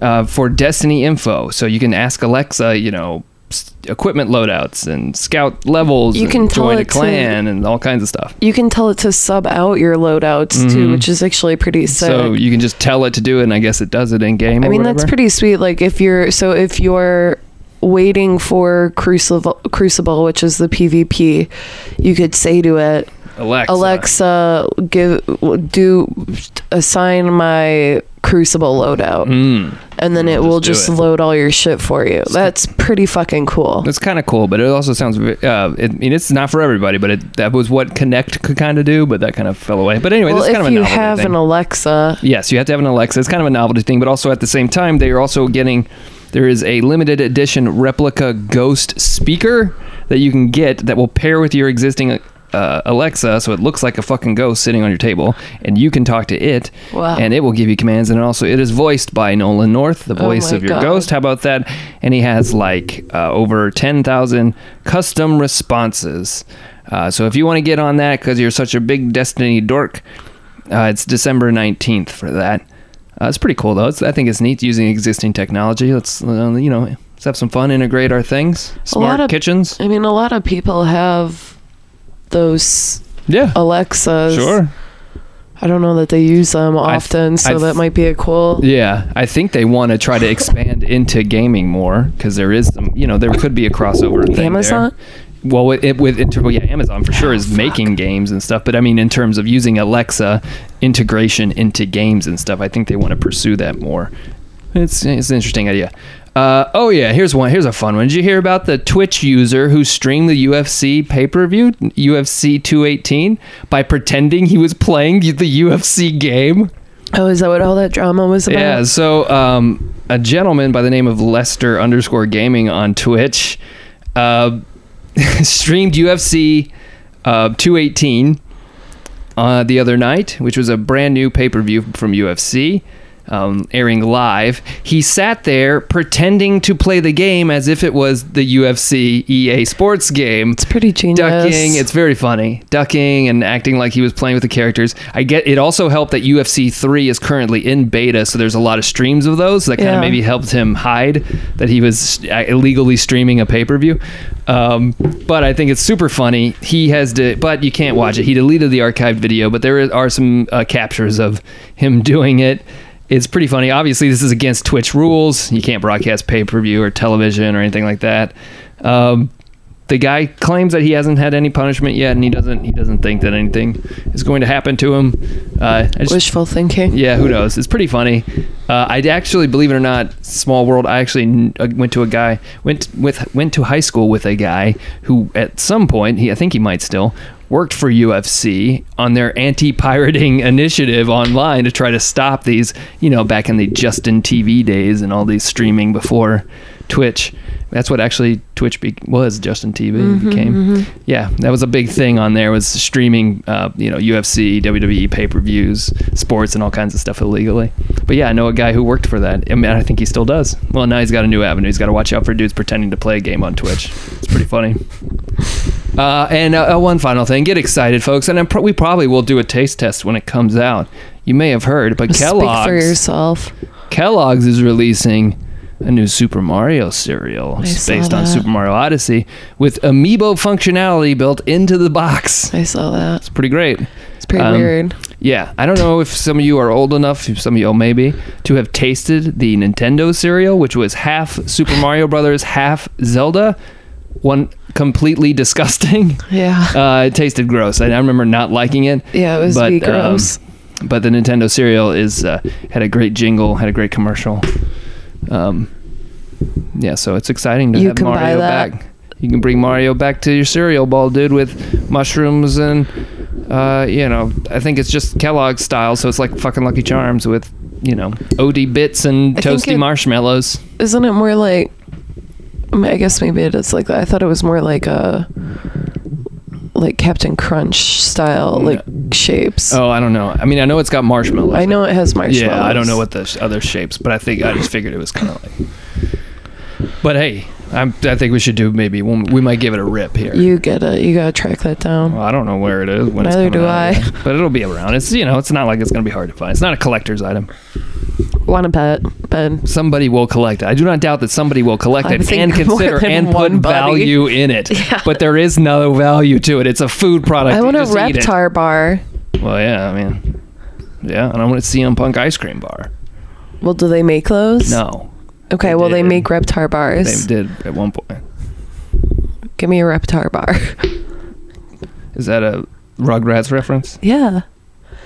Speaker 3: uh, for Destiny info. So you can ask Alexa, you know, s- equipment loadouts and scout levels.
Speaker 2: You
Speaker 3: and
Speaker 2: can tell
Speaker 3: join a
Speaker 2: it to-
Speaker 3: clan and all kinds of stuff.
Speaker 2: You can tell it to sub out your loadouts too, which is actually pretty sick.
Speaker 3: Mm-hmm. So you can just tell it to do it, and I guess it does it in game.
Speaker 2: I mean, that's pretty sweet. Like if you're so if you're waiting for Crucible, Crucible, which is the PvP, you could say to it,
Speaker 3: Alexa.
Speaker 2: Alexa, give do assign my Crucible loadout,
Speaker 3: Mm.
Speaker 2: and then it
Speaker 3: Just
Speaker 2: will
Speaker 3: do
Speaker 2: just
Speaker 3: it.
Speaker 2: load all your shit for you. That's pretty fucking cool.
Speaker 3: That's kind of cool, but it also sounds. ve- Uh, it, I mean, it's not for everybody, but it, that was what Connect could kind of do, but that kind of fell away. But anyway,
Speaker 2: well,
Speaker 3: that's kind
Speaker 2: if
Speaker 3: of a
Speaker 2: you
Speaker 3: novelty
Speaker 2: have
Speaker 3: thing.
Speaker 2: an Alexa,
Speaker 3: Yes, you have to have an Alexa. It's kind of a novelty thing, but also at the same time, they are also getting there is a limited edition replica ghost speaker that you can get that will pair with your existing uh, Alexa, so it looks like a fucking ghost sitting on your table, and you can talk to it,
Speaker 2: Wow.
Speaker 3: and it will give you commands. And also, it is voiced by Nolan North, the
Speaker 2: Oh
Speaker 3: voice
Speaker 2: my
Speaker 3: of your
Speaker 2: God.
Speaker 3: ghost. How about that? And he has like uh, over 10,000 custom responses. Uh, so if you want to get on that because you're such a big Destiny dork, uh, it's December 19th for that. Uh, it's pretty cool though. It's, I think it's neat using existing technology. Let's uh, you know let's have some fun, integrate our things,
Speaker 2: lot
Speaker 3: smart
Speaker 2: of-
Speaker 3: kitchens.
Speaker 2: I mean, a lot of people have those
Speaker 3: Yeah,
Speaker 2: Alexas.
Speaker 3: sure.
Speaker 2: I don't know that they use them
Speaker 3: I th-
Speaker 2: often, so
Speaker 3: I th-
Speaker 2: that might be a cool.
Speaker 3: Yeah, I think they want to try to expand into gaming more because there is, some, you know, there could be a crossover. Thing there.
Speaker 2: Amazon?
Speaker 3: Well, with, it, with inter- well, yeah, Amazon for sure is making games and stuff, but I mean, in terms of using Alexa integration into games and stuff, I think they want to pursue that more. It's it's an interesting idea. Uh, oh yeah, here's one. Here's a fun one. Did you hear about the Twitch user who streamed the UFC pay-per-view, UFC 218, by pretending he was playing the UFC game?
Speaker 2: Oh, is that what all that drama was about?
Speaker 3: Yeah, so um, a gentleman by the name of Lester underscore gaming on Twitch uh, <laughs> streamed UFC uh, 218 uh, the other night, which was a brand new pay per view from UFC. Um, airing live, he sat there pretending to play the game as if it was the UFC EA E Sports game
Speaker 2: It's pretty genius.
Speaker 3: ducking. It's very funny. Ducking and acting like he was playing with the characters. I get it also helped that UFC 3 is currently in beta, so there's a lot of streams of those. So that kind
Speaker 2: Yeah.
Speaker 3: of maybe helped him hide that he was uh, illegally streaming a pay per view. Um, but I think it's super funny. He has to, but you can't watch it. He deleted the archived video, but there is- are some uh, captures of him <laughs> doing it. It's pretty funny. Obviously, this is against Twitch rules. You can't broadcast pay per view or television or anything like that. Um, the guy claims that he hasn't had any punishment yet, and he doesn't. He doesn't think that anything is going to happen to him. Uh, I just-
Speaker 2: wishful thinking.
Speaker 3: yeah, who knows? It's pretty funny. Uh, I actually, believe it or not, small world. I actually kn- uh, went to a guy went with went to high school with a guy who, at some point, he I think he might still worked for UFC on their anti-pirating <laughs> initiative online to try to stop these. You know, back in the Justin TV days and all these streaming before Twitch. That's what actually Twitch be- was. Justin TV
Speaker 2: Mm-hmm,
Speaker 3: became. Yeah, that was a big thing on there was streaming, uh, you know, UFC, WWE pay per views, E sports, and all kinds of stuff illegally. But yeah, I know a guy who worked for that. I mean, I think he still does. Well, now he's got a new avenue. He's got to watch out for dudes pretending to play a game on Twitch. It's pretty funny. Uh, and uh, uh, one final thing, get excited, folks, and I'm pro- we probably will do a taste test when it comes out. You may have heard, but
Speaker 2: Speak for
Speaker 3: Kellogg's
Speaker 2: yourself.
Speaker 3: Kellogg's is releasing a new Super Mario cereal It's
Speaker 2: saw
Speaker 3: based on
Speaker 2: that.
Speaker 3: Super Mario Odyssey with amiibo functionality built into the box.
Speaker 2: I saw that.
Speaker 3: It's pretty great.
Speaker 2: It's pretty
Speaker 3: Um,
Speaker 2: weird.
Speaker 3: Yeah, I don't know if some of you are old enough, if some of you all maybe, to have tasted the Nintendo cereal, which was half Super Mario Brothers, half Zelda. One completely disgusting. <laughs>
Speaker 2: Yeah.
Speaker 3: Uh, it tasted gross. I, I remember not liking it.
Speaker 2: Yeah, it was
Speaker 3: but,
Speaker 2: be
Speaker 3: um,
Speaker 2: gross.
Speaker 3: But the Nintendo cereal is uh, had a great jingle, had a great commercial. Um, yeah, so it's exciting to
Speaker 2: You
Speaker 3: have
Speaker 2: can
Speaker 3: Mario
Speaker 2: buy that.
Speaker 3: back. You can bring Mario back to your cereal bowl, dude, with mushrooms and uh, you know, I think it's just Kellogg's style, so it's like fucking Lucky Charms with you know OD bits and
Speaker 2: I think
Speaker 3: toasty
Speaker 2: it-
Speaker 3: marshmallows.
Speaker 2: Isn't it more like? I, mean, I guess maybe it is like that. I thought it was more like a like Captain Crunch style like shapes.
Speaker 3: Mm. Oh, I don't know. I mean, I know it's got marshmallows.
Speaker 2: I know it has marshmallows.
Speaker 3: Yeah, I don't know what the sh- other shapes, but I think I just figured it was kind of like. But hey, I'm, I think we should do maybe one, we might give it a rip here.
Speaker 2: You get it. You gotta track that down.
Speaker 3: well, I don't know where it is. When it's
Speaker 2: Neither
Speaker 3: coming
Speaker 2: do
Speaker 3: out
Speaker 2: I. <laughs>
Speaker 3: yet, but it'll be around. It's you know, it's not like it's going to be hard to find. It's not a collector's item.
Speaker 2: Want to bet, Ben?
Speaker 3: Somebody will collect it. I do not doubt that somebody will collect
Speaker 2: I
Speaker 3: it and
Speaker 2: think <laughs> more
Speaker 3: consider
Speaker 2: than
Speaker 3: and put
Speaker 2: one buddy.
Speaker 3: value in it.
Speaker 2: <laughs> Yeah.
Speaker 3: But there is no value to it. It's a food product.
Speaker 2: I
Speaker 3: You
Speaker 2: want a
Speaker 3: just eat it.
Speaker 2: Reptar bar.
Speaker 3: Well, yeah, I mean, yeah, and I want a CM Punk ice cream bar.
Speaker 2: Well, do they make those?
Speaker 3: No.
Speaker 2: Okay,
Speaker 3: They
Speaker 2: well they
Speaker 3: did.
Speaker 2: make Reptar bars.
Speaker 3: They did at one point.
Speaker 2: Give me a Reptar bar. <laughs>
Speaker 3: Is that a Rugrats reference?
Speaker 2: yeah,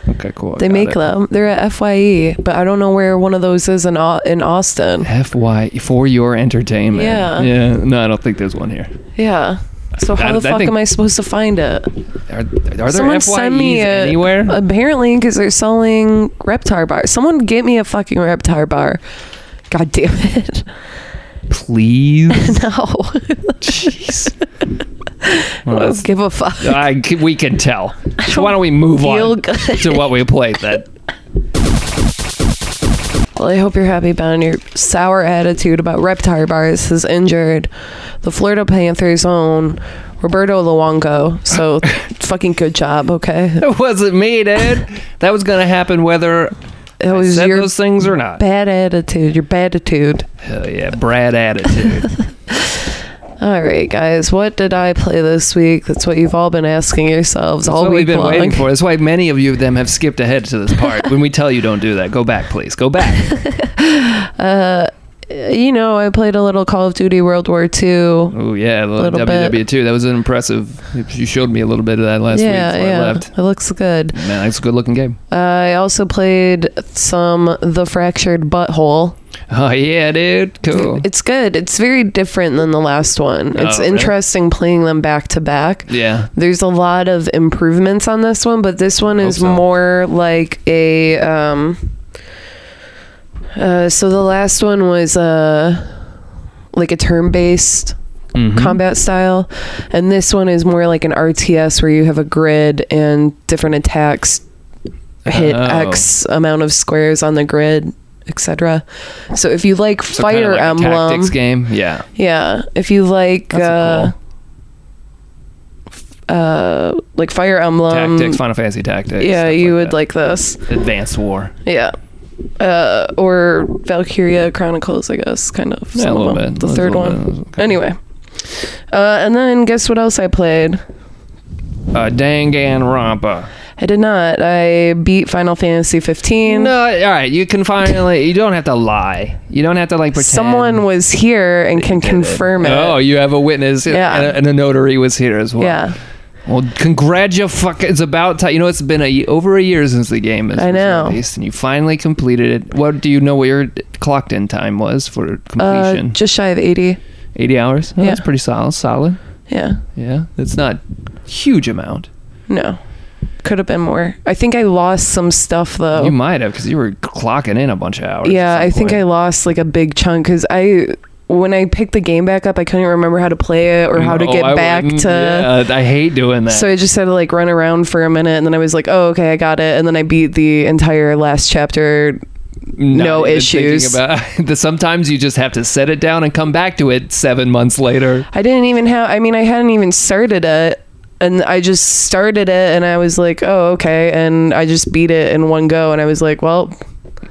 Speaker 3: Okay, cool. I
Speaker 2: they
Speaker 3: got
Speaker 2: make
Speaker 3: it.
Speaker 2: them. They're at Fye, but I don't know where one of those is in Au- in Austin.
Speaker 3: FY for your entertainment.
Speaker 2: Yeah.
Speaker 3: Yeah. No, I don't think there's one here.
Speaker 2: Yeah. So how
Speaker 3: I-
Speaker 2: the
Speaker 3: I
Speaker 2: fuck
Speaker 3: think-
Speaker 2: am I supposed to find it?
Speaker 3: Are, are there
Speaker 2: Someone
Speaker 3: FYEs
Speaker 2: send me a,
Speaker 3: anywhere?
Speaker 2: Apparently, because they're selling Reptar bar. Someone get me a fucking Reptar bar. God damn it. <laughs> No.
Speaker 3: Please. <laughs> Jeez.
Speaker 2: I don't
Speaker 3: Well, that's-
Speaker 2: <laughs> give a fuck.
Speaker 3: I c we can tell. So why don't we move
Speaker 2: feel
Speaker 3: on
Speaker 2: good.
Speaker 3: to what we
Speaker 2: <laughs>
Speaker 3: played then?
Speaker 2: Well, I hope you're happy, Ben. Your sour attitude about Reptar bars has injured the Florida Panthers' own Roberto Luongo.
Speaker 3: <laughs>
Speaker 2: So fucking good job, okay?
Speaker 3: It wasn't me, dude. That was going to happen whether
Speaker 2: It
Speaker 3: I
Speaker 2: was
Speaker 3: said
Speaker 2: your
Speaker 3: those things or not.
Speaker 2: bad attitude, your bad attitude.
Speaker 3: Hell yeah, Brad attitude.
Speaker 2: All right, guys, what did I play this week? That's what you've all been asking yourselves
Speaker 3: That's
Speaker 2: all
Speaker 3: what
Speaker 2: week
Speaker 3: we've been
Speaker 2: long.
Speaker 3: waiting for. That's why many of you of them have skipped ahead to this part. when we tell you don't do that, go back, please. Go back.
Speaker 2: Uh, You know, I played a little Call of Duty World War II.
Speaker 3: Oh yeah, the
Speaker 2: Little bit.
Speaker 3: WW2. That was an impressive. You showed me a little bit of that last
Speaker 2: yeah,
Speaker 3: week before
Speaker 2: yeah,
Speaker 3: I left.
Speaker 2: it looks good.
Speaker 3: Man, that's a good looking game.
Speaker 2: I also played some The Fractured Butthole.
Speaker 3: Oh yeah, dude. Cool.
Speaker 2: It's good. It's very different than the last one. It's
Speaker 3: Oh, really?
Speaker 2: interesting playing them back to back.
Speaker 3: Yeah.
Speaker 2: There's a lot of improvements on this one, but this one is
Speaker 3: so.
Speaker 2: more like a. Um, uh, so the last one was uh, like a turn based
Speaker 3: Mhm.
Speaker 2: combat style, and this one is more like an RTS where you have a grid and different attacks hit
Speaker 3: Oh.
Speaker 2: X amount of squares on the grid, etc. So if you like
Speaker 3: So kinda
Speaker 2: Fire
Speaker 3: like a
Speaker 2: Emblem,
Speaker 3: tactics game. Yeah.
Speaker 2: yeah, if you like
Speaker 3: That's
Speaker 2: uh, uh, like Fire Emblem,
Speaker 3: tactics, Final Fantasy tactics.
Speaker 2: Um, yeah,
Speaker 3: stuff
Speaker 2: you would
Speaker 3: that.
Speaker 2: like this,
Speaker 3: Advanced War.
Speaker 2: yeah. Uh, or Valkyria Chronicles, I guess, kind of.
Speaker 3: Yeah, a
Speaker 2: some of
Speaker 3: little
Speaker 2: them.
Speaker 3: bit.
Speaker 2: The
Speaker 3: There's a
Speaker 2: third
Speaker 3: little
Speaker 2: one.
Speaker 3: bit. Okay.
Speaker 2: Anyway. Uh, and then guess what else I played?
Speaker 3: Uh, Danganronpa.
Speaker 2: I did not. I beat Final Fantasy 15.
Speaker 3: No, all right. You can finally. You don't have to lie. You don't have to like pretend.
Speaker 2: Someone was here and can
Speaker 3: did
Speaker 2: confirm it.
Speaker 3: Oh, you have a witness.
Speaker 2: Yeah.
Speaker 3: Yeah. And a, and a notary was here as well.
Speaker 2: yeah.
Speaker 3: Well, congratu fuck. It's about time. You know, it's been a ye- over a year since the game is
Speaker 2: I
Speaker 3: was
Speaker 2: know.
Speaker 3: released, and you finally completed it. What do you know? What your clocked in time was for
Speaker 2: Uh,
Speaker 3: completion?
Speaker 2: just shy of 80.
Speaker 3: Eighty hours. Oh,
Speaker 2: yeah.
Speaker 3: That's pretty solid. Solid.
Speaker 2: Yeah.
Speaker 3: Yeah. That's not huge amount.
Speaker 2: No. Could have been more. I think I lost some stuff though.
Speaker 3: You might have because you were clocking in a bunch of hours.
Speaker 2: Oh. yeah, I think I lost like a big chunk because I. When I picked the game back up, I couldn't remember how to play it or how
Speaker 3: Oh,
Speaker 2: to get back to.
Speaker 3: I hate doing that.
Speaker 2: So I just had to like run around for a minute, and then I was like, "Oh, okay, I got it." And then I beat the entire last chapter.
Speaker 3: Not
Speaker 2: no
Speaker 3: even thinking
Speaker 2: issues.
Speaker 3: About, <laughs> the, sometimes you just have to set it down and come back to it seven months later.
Speaker 2: I didn't even have. I mean, I hadn't even started it, and I just started it, and I was like, "Oh, okay," and I just beat it in one go, and I was like, "Well,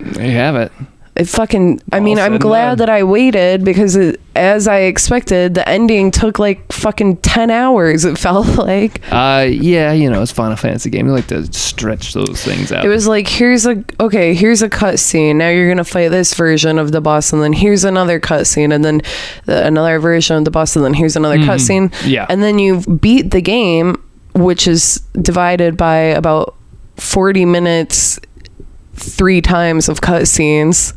Speaker 3: There you have it.
Speaker 2: It fucking. I
Speaker 3: All
Speaker 2: mean,
Speaker 3: said
Speaker 2: I'm
Speaker 3: and
Speaker 2: glad
Speaker 3: done.
Speaker 2: that I waited because, it, as I expected, the ending took like fucking ten hours. It felt <laughs> like
Speaker 3: Uh, yeah, you know, it's Final Fantasy game. They like to stretch those things out.
Speaker 2: it was like here's a okay, here's a cutscene. Now you're gonna fight this version of the boss, and then here's another cutscene, and then the, another version of the boss, and then here's another cutscene.
Speaker 3: Mm-hmm. Yeah.
Speaker 2: and then you beat the game, which is divided by about forty minutes three times of cutscenes,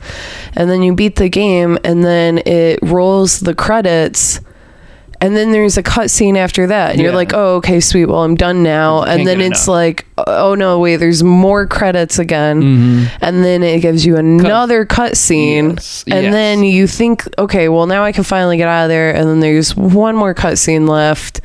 Speaker 2: and then you beat the game, and then it rolls the credits, and then there's a cutscene after that, and you're
Speaker 3: Yeah.
Speaker 2: like, oh, okay, sweet, well, I'm done now,
Speaker 3: Can't
Speaker 2: and then
Speaker 3: get
Speaker 2: it's
Speaker 3: enough.
Speaker 2: like, oh no, wait, there's more credits again, and then it gives you another cutscene,
Speaker 3: Mm-hmm. Yes,
Speaker 2: and
Speaker 3: yes.
Speaker 2: then you think, okay, well, now I can finally get out of there, and then there's one more cutscene left.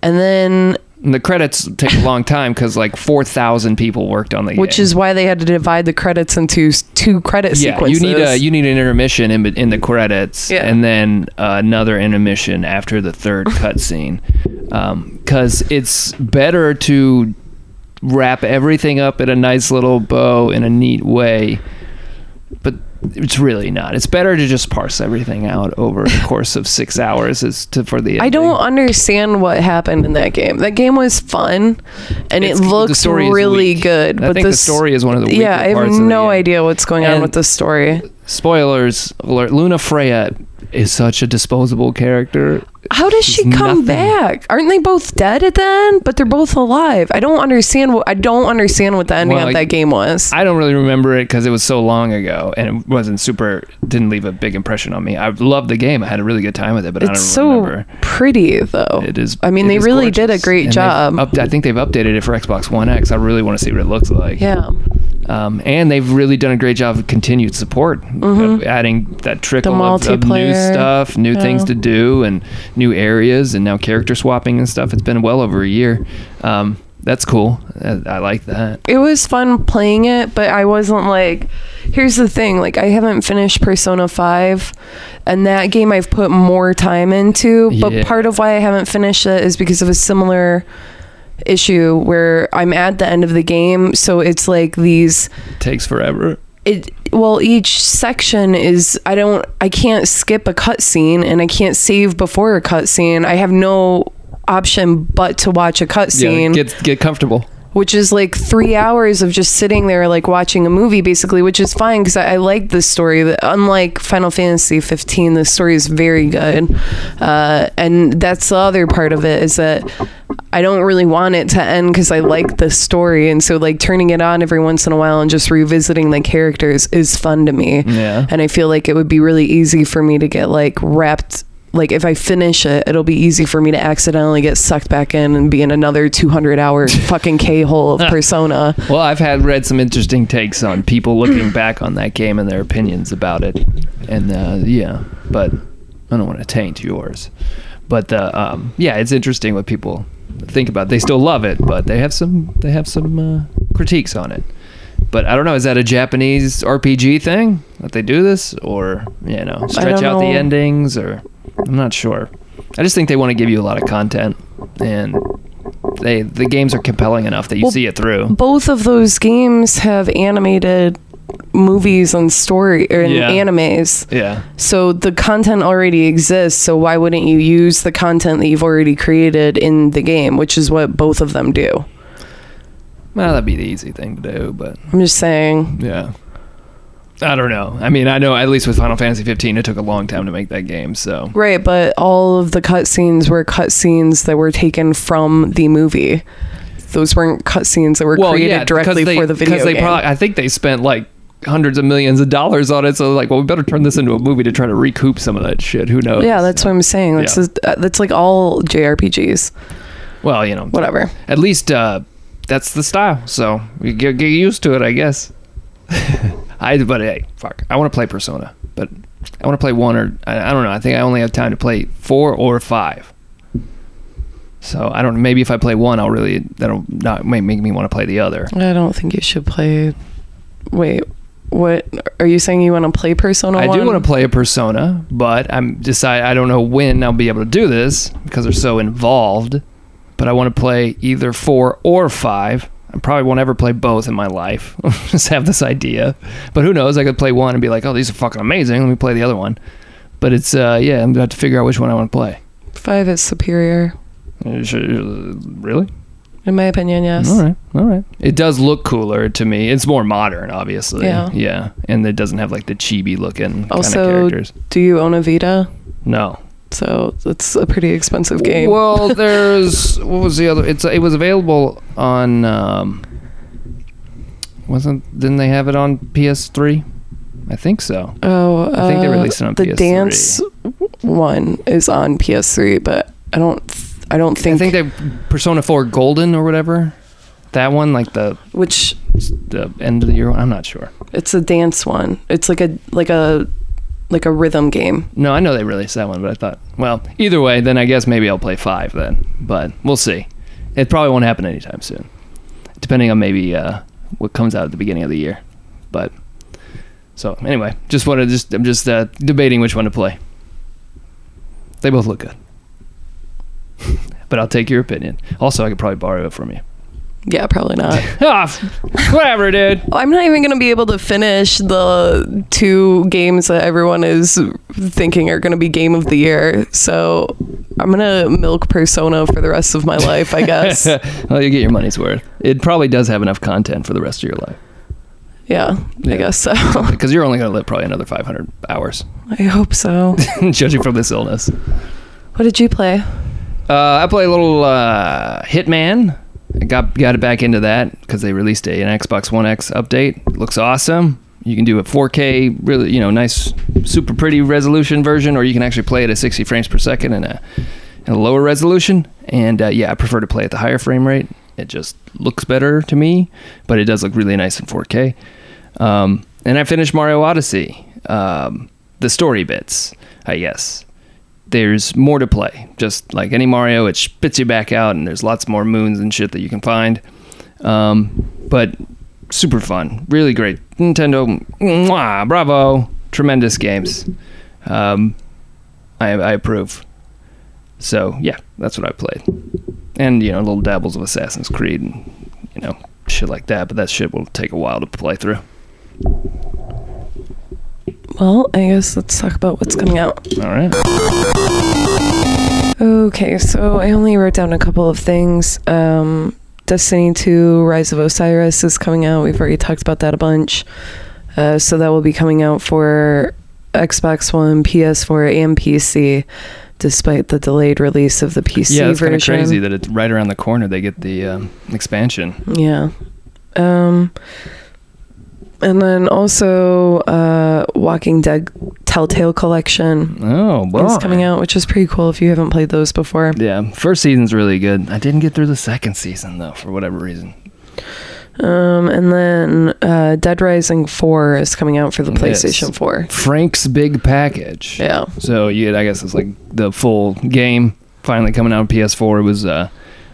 Speaker 2: And then,
Speaker 3: and the credits take a long time because like four thousand people worked on the game.
Speaker 2: which is why they had to divide the credits into s- two credit
Speaker 3: yeah,
Speaker 2: sequences.
Speaker 3: you need a you need an intermission in, in the credits,
Speaker 2: Yeah.
Speaker 3: and then uh, another intermission after
Speaker 2: <laughs>
Speaker 3: the third cutscene, because it's better to wrap everything up in a nice little bow in a neat way. But it's really not. It's better to just parse everything out
Speaker 2: <laughs>
Speaker 3: over the course of six hours. Is to for the
Speaker 2: I
Speaker 3: ending.
Speaker 2: don't understand what happened in that game. That game was fun, and
Speaker 3: It's-
Speaker 2: it
Speaker 3: the
Speaker 2: looks
Speaker 3: story is
Speaker 2: really
Speaker 3: weak.
Speaker 2: good.
Speaker 3: I
Speaker 2: but
Speaker 3: think
Speaker 2: the
Speaker 3: the story is one of the
Speaker 2: yeah,
Speaker 3: weaker
Speaker 2: I have
Speaker 3: parts of the
Speaker 2: no
Speaker 3: game.
Speaker 2: idea what's going on
Speaker 3: And-
Speaker 2: with the story.
Speaker 3: Spoilers alert: Luna Freya is such a disposable character.
Speaker 2: How does she
Speaker 3: She's
Speaker 2: come
Speaker 3: nothing.
Speaker 2: back? Aren't they both dead at the end? But they're both alive. I don't understand what I don't understand what the ending
Speaker 3: Well,
Speaker 2: of that game was.
Speaker 3: I don't really remember it because it was so long ago, and it wasn't super. Didn't leave a big impression on me. I loved the game. I had a really good time with it, but I
Speaker 2: it's
Speaker 3: don't
Speaker 2: so
Speaker 3: remember.
Speaker 2: pretty though.
Speaker 3: It is.
Speaker 2: I mean,
Speaker 3: it
Speaker 2: they
Speaker 3: is
Speaker 2: really did a
Speaker 3: gorgeous.
Speaker 2: great
Speaker 3: And they've
Speaker 2: job.
Speaker 3: Up, I think they've updated it for Xbox One X. I really want to see what it looks like.
Speaker 2: yeah.
Speaker 3: Um, and they've really done a great job of continued support, of adding that trickle of, of new
Speaker 2: Mm-hmm. multiplayer.
Speaker 3: stuff, new things
Speaker 2: Yeah.
Speaker 3: to do, and new areas, and now character swapping and stuff. It's been well over a year. Um, that's cool. I, I like that.
Speaker 2: it was fun playing it, but I wasn't like. Here's the thing, like I haven't finished Persona Five, and that game I've put more time into. But
Speaker 3: Yeah.
Speaker 2: part of why I haven't finished it is because of a similar issue where I'm at the end of the game, so it's like these
Speaker 3: takes forever.
Speaker 2: it well each section is i don't i can't skip a cutscene and i can't save before a cutscene i have no option but to watch a cutscene
Speaker 3: get get comfortable.
Speaker 2: which is like three hours of just sitting there like watching a movie basically which is fine because I, I like this story That- unlike final fantasy 15 the story is very good uh, and that's the other part of it is that i don't really want it to end because i like the story and so like turning it on every once in a while and just revisiting the characters is fun to me
Speaker 3: Yeah.
Speaker 2: and i feel like it would be really easy for me to get like wrapped like if i finish it it'll be easy for me to accidentally get sucked back in and be in another 200 hour fucking k-hole of persona
Speaker 3: Well, I've had read some interesting takes on people looking back on that game and their opinions about it, and uh, yeah, but I don't want to taint yours. But uh, um, yeah, it's interesting what people think about. They still love it, but they have some they have some uh, critiques on it. But I don't know. Is that a Japanese RPG thing that they do this, or you know, stretch
Speaker 2: don't
Speaker 3: out the
Speaker 2: know.
Speaker 3: endings, or I'm not sure. I just think they want to give you a lot of content, and they the games are compelling enough that you
Speaker 2: Well,
Speaker 3: see it through.
Speaker 2: both of those games have animated movies and story or and
Speaker 3: Yeah.
Speaker 2: animes
Speaker 3: Yeah.
Speaker 2: so the content already exists so why wouldn't you use the content that you've already created in the game which is what both of them do
Speaker 3: Well, that'd be the easy thing to do, but
Speaker 2: i'm just saying
Speaker 3: yeah. I don't know. I mean, I know at least with Final Fantasy 15, it took a long time to make that game, so
Speaker 2: right but all of the cutscenes were cutscenes that were taken from the movie those weren't cutscenes that were created directly
Speaker 3: they,
Speaker 2: for the video
Speaker 3: they
Speaker 2: game.
Speaker 3: probably, I think they spent like hundreds of millions of dollars on it, so like, well, we better turn this into a movie to try to recoup some of that shit. Who knows?
Speaker 2: yeah, that's what I'm saying. That's
Speaker 3: Yeah.
Speaker 2: uh, that's like all JRPGs.
Speaker 3: Well, you know,
Speaker 2: Whatever.
Speaker 3: at least uh, that's the style. So you get, get used to it, I guess. I but hey, fuck, I want to play Persona, but I want to play one or I, I don't know. I think I only have time to play four or five. So I don't. Maybe if I play one, I'll really that'll not may make me want to play the other.
Speaker 2: I don't think you should play. Wait, what are you saying? You want to play Persona?
Speaker 3: I do
Speaker 2: 1?
Speaker 3: want to play a Persona, but I'm decide I don't know when I'll be able to do this because they're so involved. But I want to play either four or five. I probably won't ever play both in my life. <laughs> Just have this idea, but who knows? I could play one and be like, "Oh, these are fucking amazing. Let me play the other one." But it's uh, yeah, I'm gonna have to figure out which one I want to play.
Speaker 2: Five is superior,
Speaker 3: Uh, sh- uh, Really?
Speaker 2: in my opinion. Yes.
Speaker 3: All right, all right. It does look cooler to me. It's more modern, obviously.
Speaker 2: Yeah.
Speaker 3: yeah, and it doesn't have like the chibi looking kind of
Speaker 2: Also-
Speaker 3: characters.
Speaker 2: Do you own a Vita?
Speaker 3: No.
Speaker 2: So it's a pretty expensive game. <laughs>
Speaker 3: Well, there's what was the other? It's it was available on. Um, wasn't didn't they have it on PS3? I think so.
Speaker 2: Oh,
Speaker 3: I think they
Speaker 2: uh,
Speaker 3: released it on
Speaker 2: the
Speaker 3: PS3.
Speaker 2: dance one is on PS3, but I don't. th- I don't think,
Speaker 3: I think they Persona 4 Golden or whatever. That one, like the
Speaker 2: which
Speaker 3: the end of the year. one? I'm not sure.
Speaker 2: it's a dance one. It's like a like a like a rhythm game.
Speaker 3: No, I know they released that one, but I thought, well, either way, then I guess maybe I'll play five then. But we'll see. It probably won't happen anytime soon, depending on maybe uh, what comes out at the beginning of the year. But so anyway, just want to just I'm just uh, debating which one to play. They both look good, <laughs> but I'll take your opinion. Also, I could probably borrow it from you. <laughs>
Speaker 2: Yeah, probably not.
Speaker 3: Ah, f- whatever, dude.
Speaker 2: I'm not even going to be able to finish the two games that everyone is thinking are going to be game of the year. So I'm going to milk Persona for the rest of my life, I guess.
Speaker 3: <laughs> well, you get your money's worth. It probably does have enough content for the rest of your life.
Speaker 2: Yeah, I
Speaker 3: Yeah.
Speaker 2: guess so. <laughs>
Speaker 3: Because you're only going to live probably another 500 hours, <laughs>
Speaker 2: I hope so.
Speaker 3: judging from this illness.
Speaker 2: What did you play?
Speaker 3: Uh, I play a little uh, Hitman. I got got it back into that because they released a, an Xbox One X update. Looks awesome. You can do a 4K, really, you know, nice, super pretty resolution version, or you can actually play it at 60 frames per second in a, in a lower resolution. And uh, yeah, I prefer to play at the higher frame rate. It just looks better to me, but it does look really nice in 4K. Um, and I finished Mario Odyssey, um, the story bits, I guess there's more to play. Just like any Mario, it spits you back out, and there's lots more moons and shit that you can find. Um, but super fun, really great. Nintendo, mwah, bravo, tremendous games. Um, I, I approve. So yeah, that's what I played, and you know little dabbles of Assassin's Creed and you know shit like that. But that shit will take a while to play through.
Speaker 2: Well, I guess let's talk about what's coming out.
Speaker 3: All right.
Speaker 2: Okay, so I only wrote down a couple of things. Um, Destiny 2 Rise of Osiris is coming out. We've already talked about that a bunch. Uh, so that will be coming out for Xbox One, PS4, and PC, despite the delayed release of the PC
Speaker 3: yeah, it's kind of
Speaker 2: version.
Speaker 3: crazy that it's right around the corner. They get the um, expansion.
Speaker 2: Yeah. Um, and then also uh, Walking Dead Telltale Collection
Speaker 3: Oh, boy.
Speaker 2: is coming out, which is pretty cool if you haven't played those before.
Speaker 3: Yeah, first season's really good. I didn't get through the second season though, for whatever reason.
Speaker 2: Um, and then uh, Dead Rising 4 is coming out for the
Speaker 3: Yes.
Speaker 2: PlayStation 4.
Speaker 3: Frank's Big Package.
Speaker 2: Yeah.
Speaker 3: So yeah, I guess it's like the full game finally coming out on PS4. It was uh,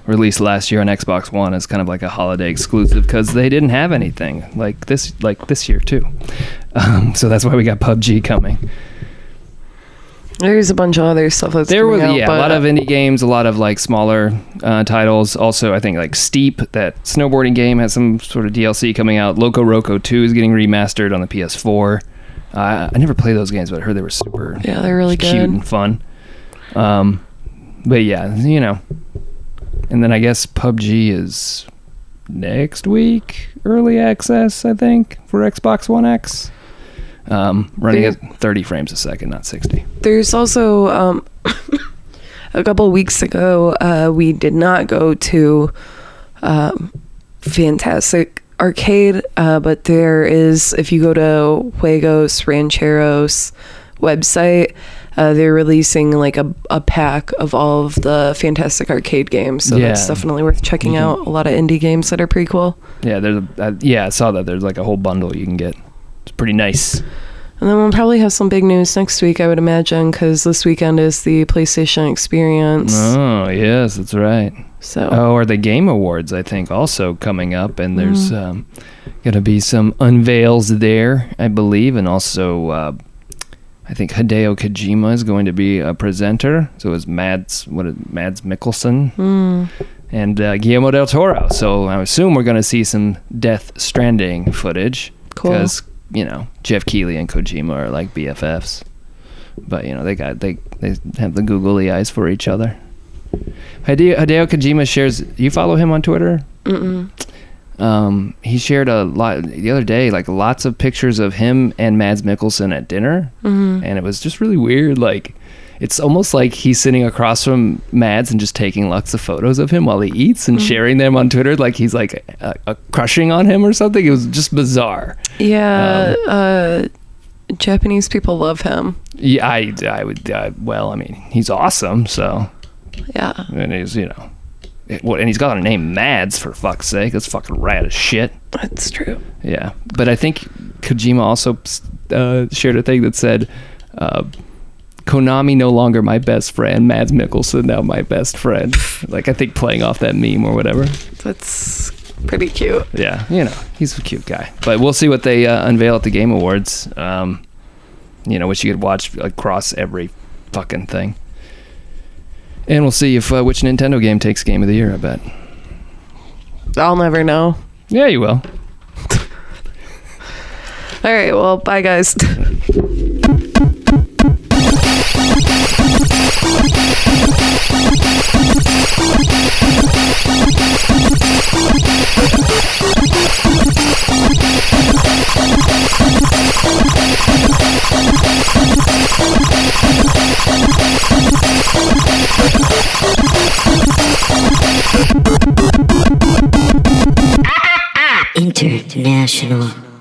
Speaker 3: released last year on Xbox One as kind of like a holiday exclusive because they didn't have anything like this like this year too. <laughs> Um, so that's why we got PUBG coming.
Speaker 2: There's a bunch of other stuff that's
Speaker 3: There
Speaker 2: coming
Speaker 3: was
Speaker 2: out,
Speaker 3: yeah, a
Speaker 2: but-
Speaker 3: lot of indie games, a lot of like smaller uh, titles. Also, I think like Steep, that snowboarding game, has some sort of DLC coming out. Loco Roco Two is getting remastered on the PS4. Uh, I never played those games, but I heard they were super
Speaker 2: Yeah, they're really
Speaker 3: cute
Speaker 2: good.
Speaker 3: and fun. Um, but yeah, you know. And then I guess PUBG is next week, early access, I think, for Xbox One X. Um, running
Speaker 2: There's-
Speaker 3: at 30 frames a second, not 60.
Speaker 2: There's also um, <laughs> a couple weeks ago, uh, we did not go to um, Fantastic Arcade, uh, but there is, if you go to Juegos Rancheros website, uh, they're releasing like a, a pack of all of the Fantastic Arcade games. So that's
Speaker 3: Yeah. Mm-hmm.
Speaker 2: definitely worth checking
Speaker 3: You can-
Speaker 2: out. A lot of indie games that are pretty cool.
Speaker 3: Yeah, there's a uh, yeah, I saw that. There's like a whole bundle you can get. It's pretty nice.
Speaker 2: And then we'll probably have some big news next week, I would imagine, because this weekend is the PlayStation Experience.
Speaker 3: Oh yes, that's right.
Speaker 2: So.
Speaker 3: Oh, or the Game Awards, I think, also coming up, and there's um, gonna be some unveils there, I believe, and also uh, I think Hideo Kojima is going to be a presenter. So it's Mads, what is Mads Mikkelsen
Speaker 2: Mm.
Speaker 3: and uh, Guillermo del Toro. So I assume we're gonna see some Death Stranding footage.
Speaker 2: Cool.
Speaker 3: Because you know Jeff Keighley and Kojima are like BFFs, but you know they got they they have the googly eyes for each other. Hideo, Hideo Kojima shares. You follow him on Twitter.
Speaker 2: Mm-mm.
Speaker 3: Um, he shared a lot the other day, like lots of pictures of him and Mads Mikkelsen at dinner,
Speaker 2: Mm-hmm.
Speaker 3: and it was just really weird. Like, it's almost like he's sitting across from Mads and just taking lots of photos of him while he eats and sharing them on Twitter, like he's like uh uh crushing on him or something. It was just bizarre.
Speaker 2: Yeah, uh, Japanese people love him.
Speaker 3: Yeah, I, I would. Uh, well, I mean, he's awesome. So,
Speaker 2: Yeah,
Speaker 3: and he's you know, it- well, and he's got a name Mads for fuck's sake. That's fucking rad as shit.
Speaker 2: that's true.
Speaker 3: Yeah, but I think Kojima also uh, shared a thing that said, uh, "Konami no longer my best friend. Mads Mikkelsen now my best friend." like I think playing off that meme or whatever.
Speaker 2: That's pretty cute.
Speaker 3: Yeah, you know, he's a cute guy. But we'll see what they uh, unveil at the Game Awards. Um, you know, which you could watch across every fucking thing. And we'll see if uh, which Nintendo game takes Game of the Year. I bet.
Speaker 2: I'll never know.
Speaker 3: Yeah, you will.
Speaker 2: All right, well, bye, guys. <laughs>
Speaker 1: International.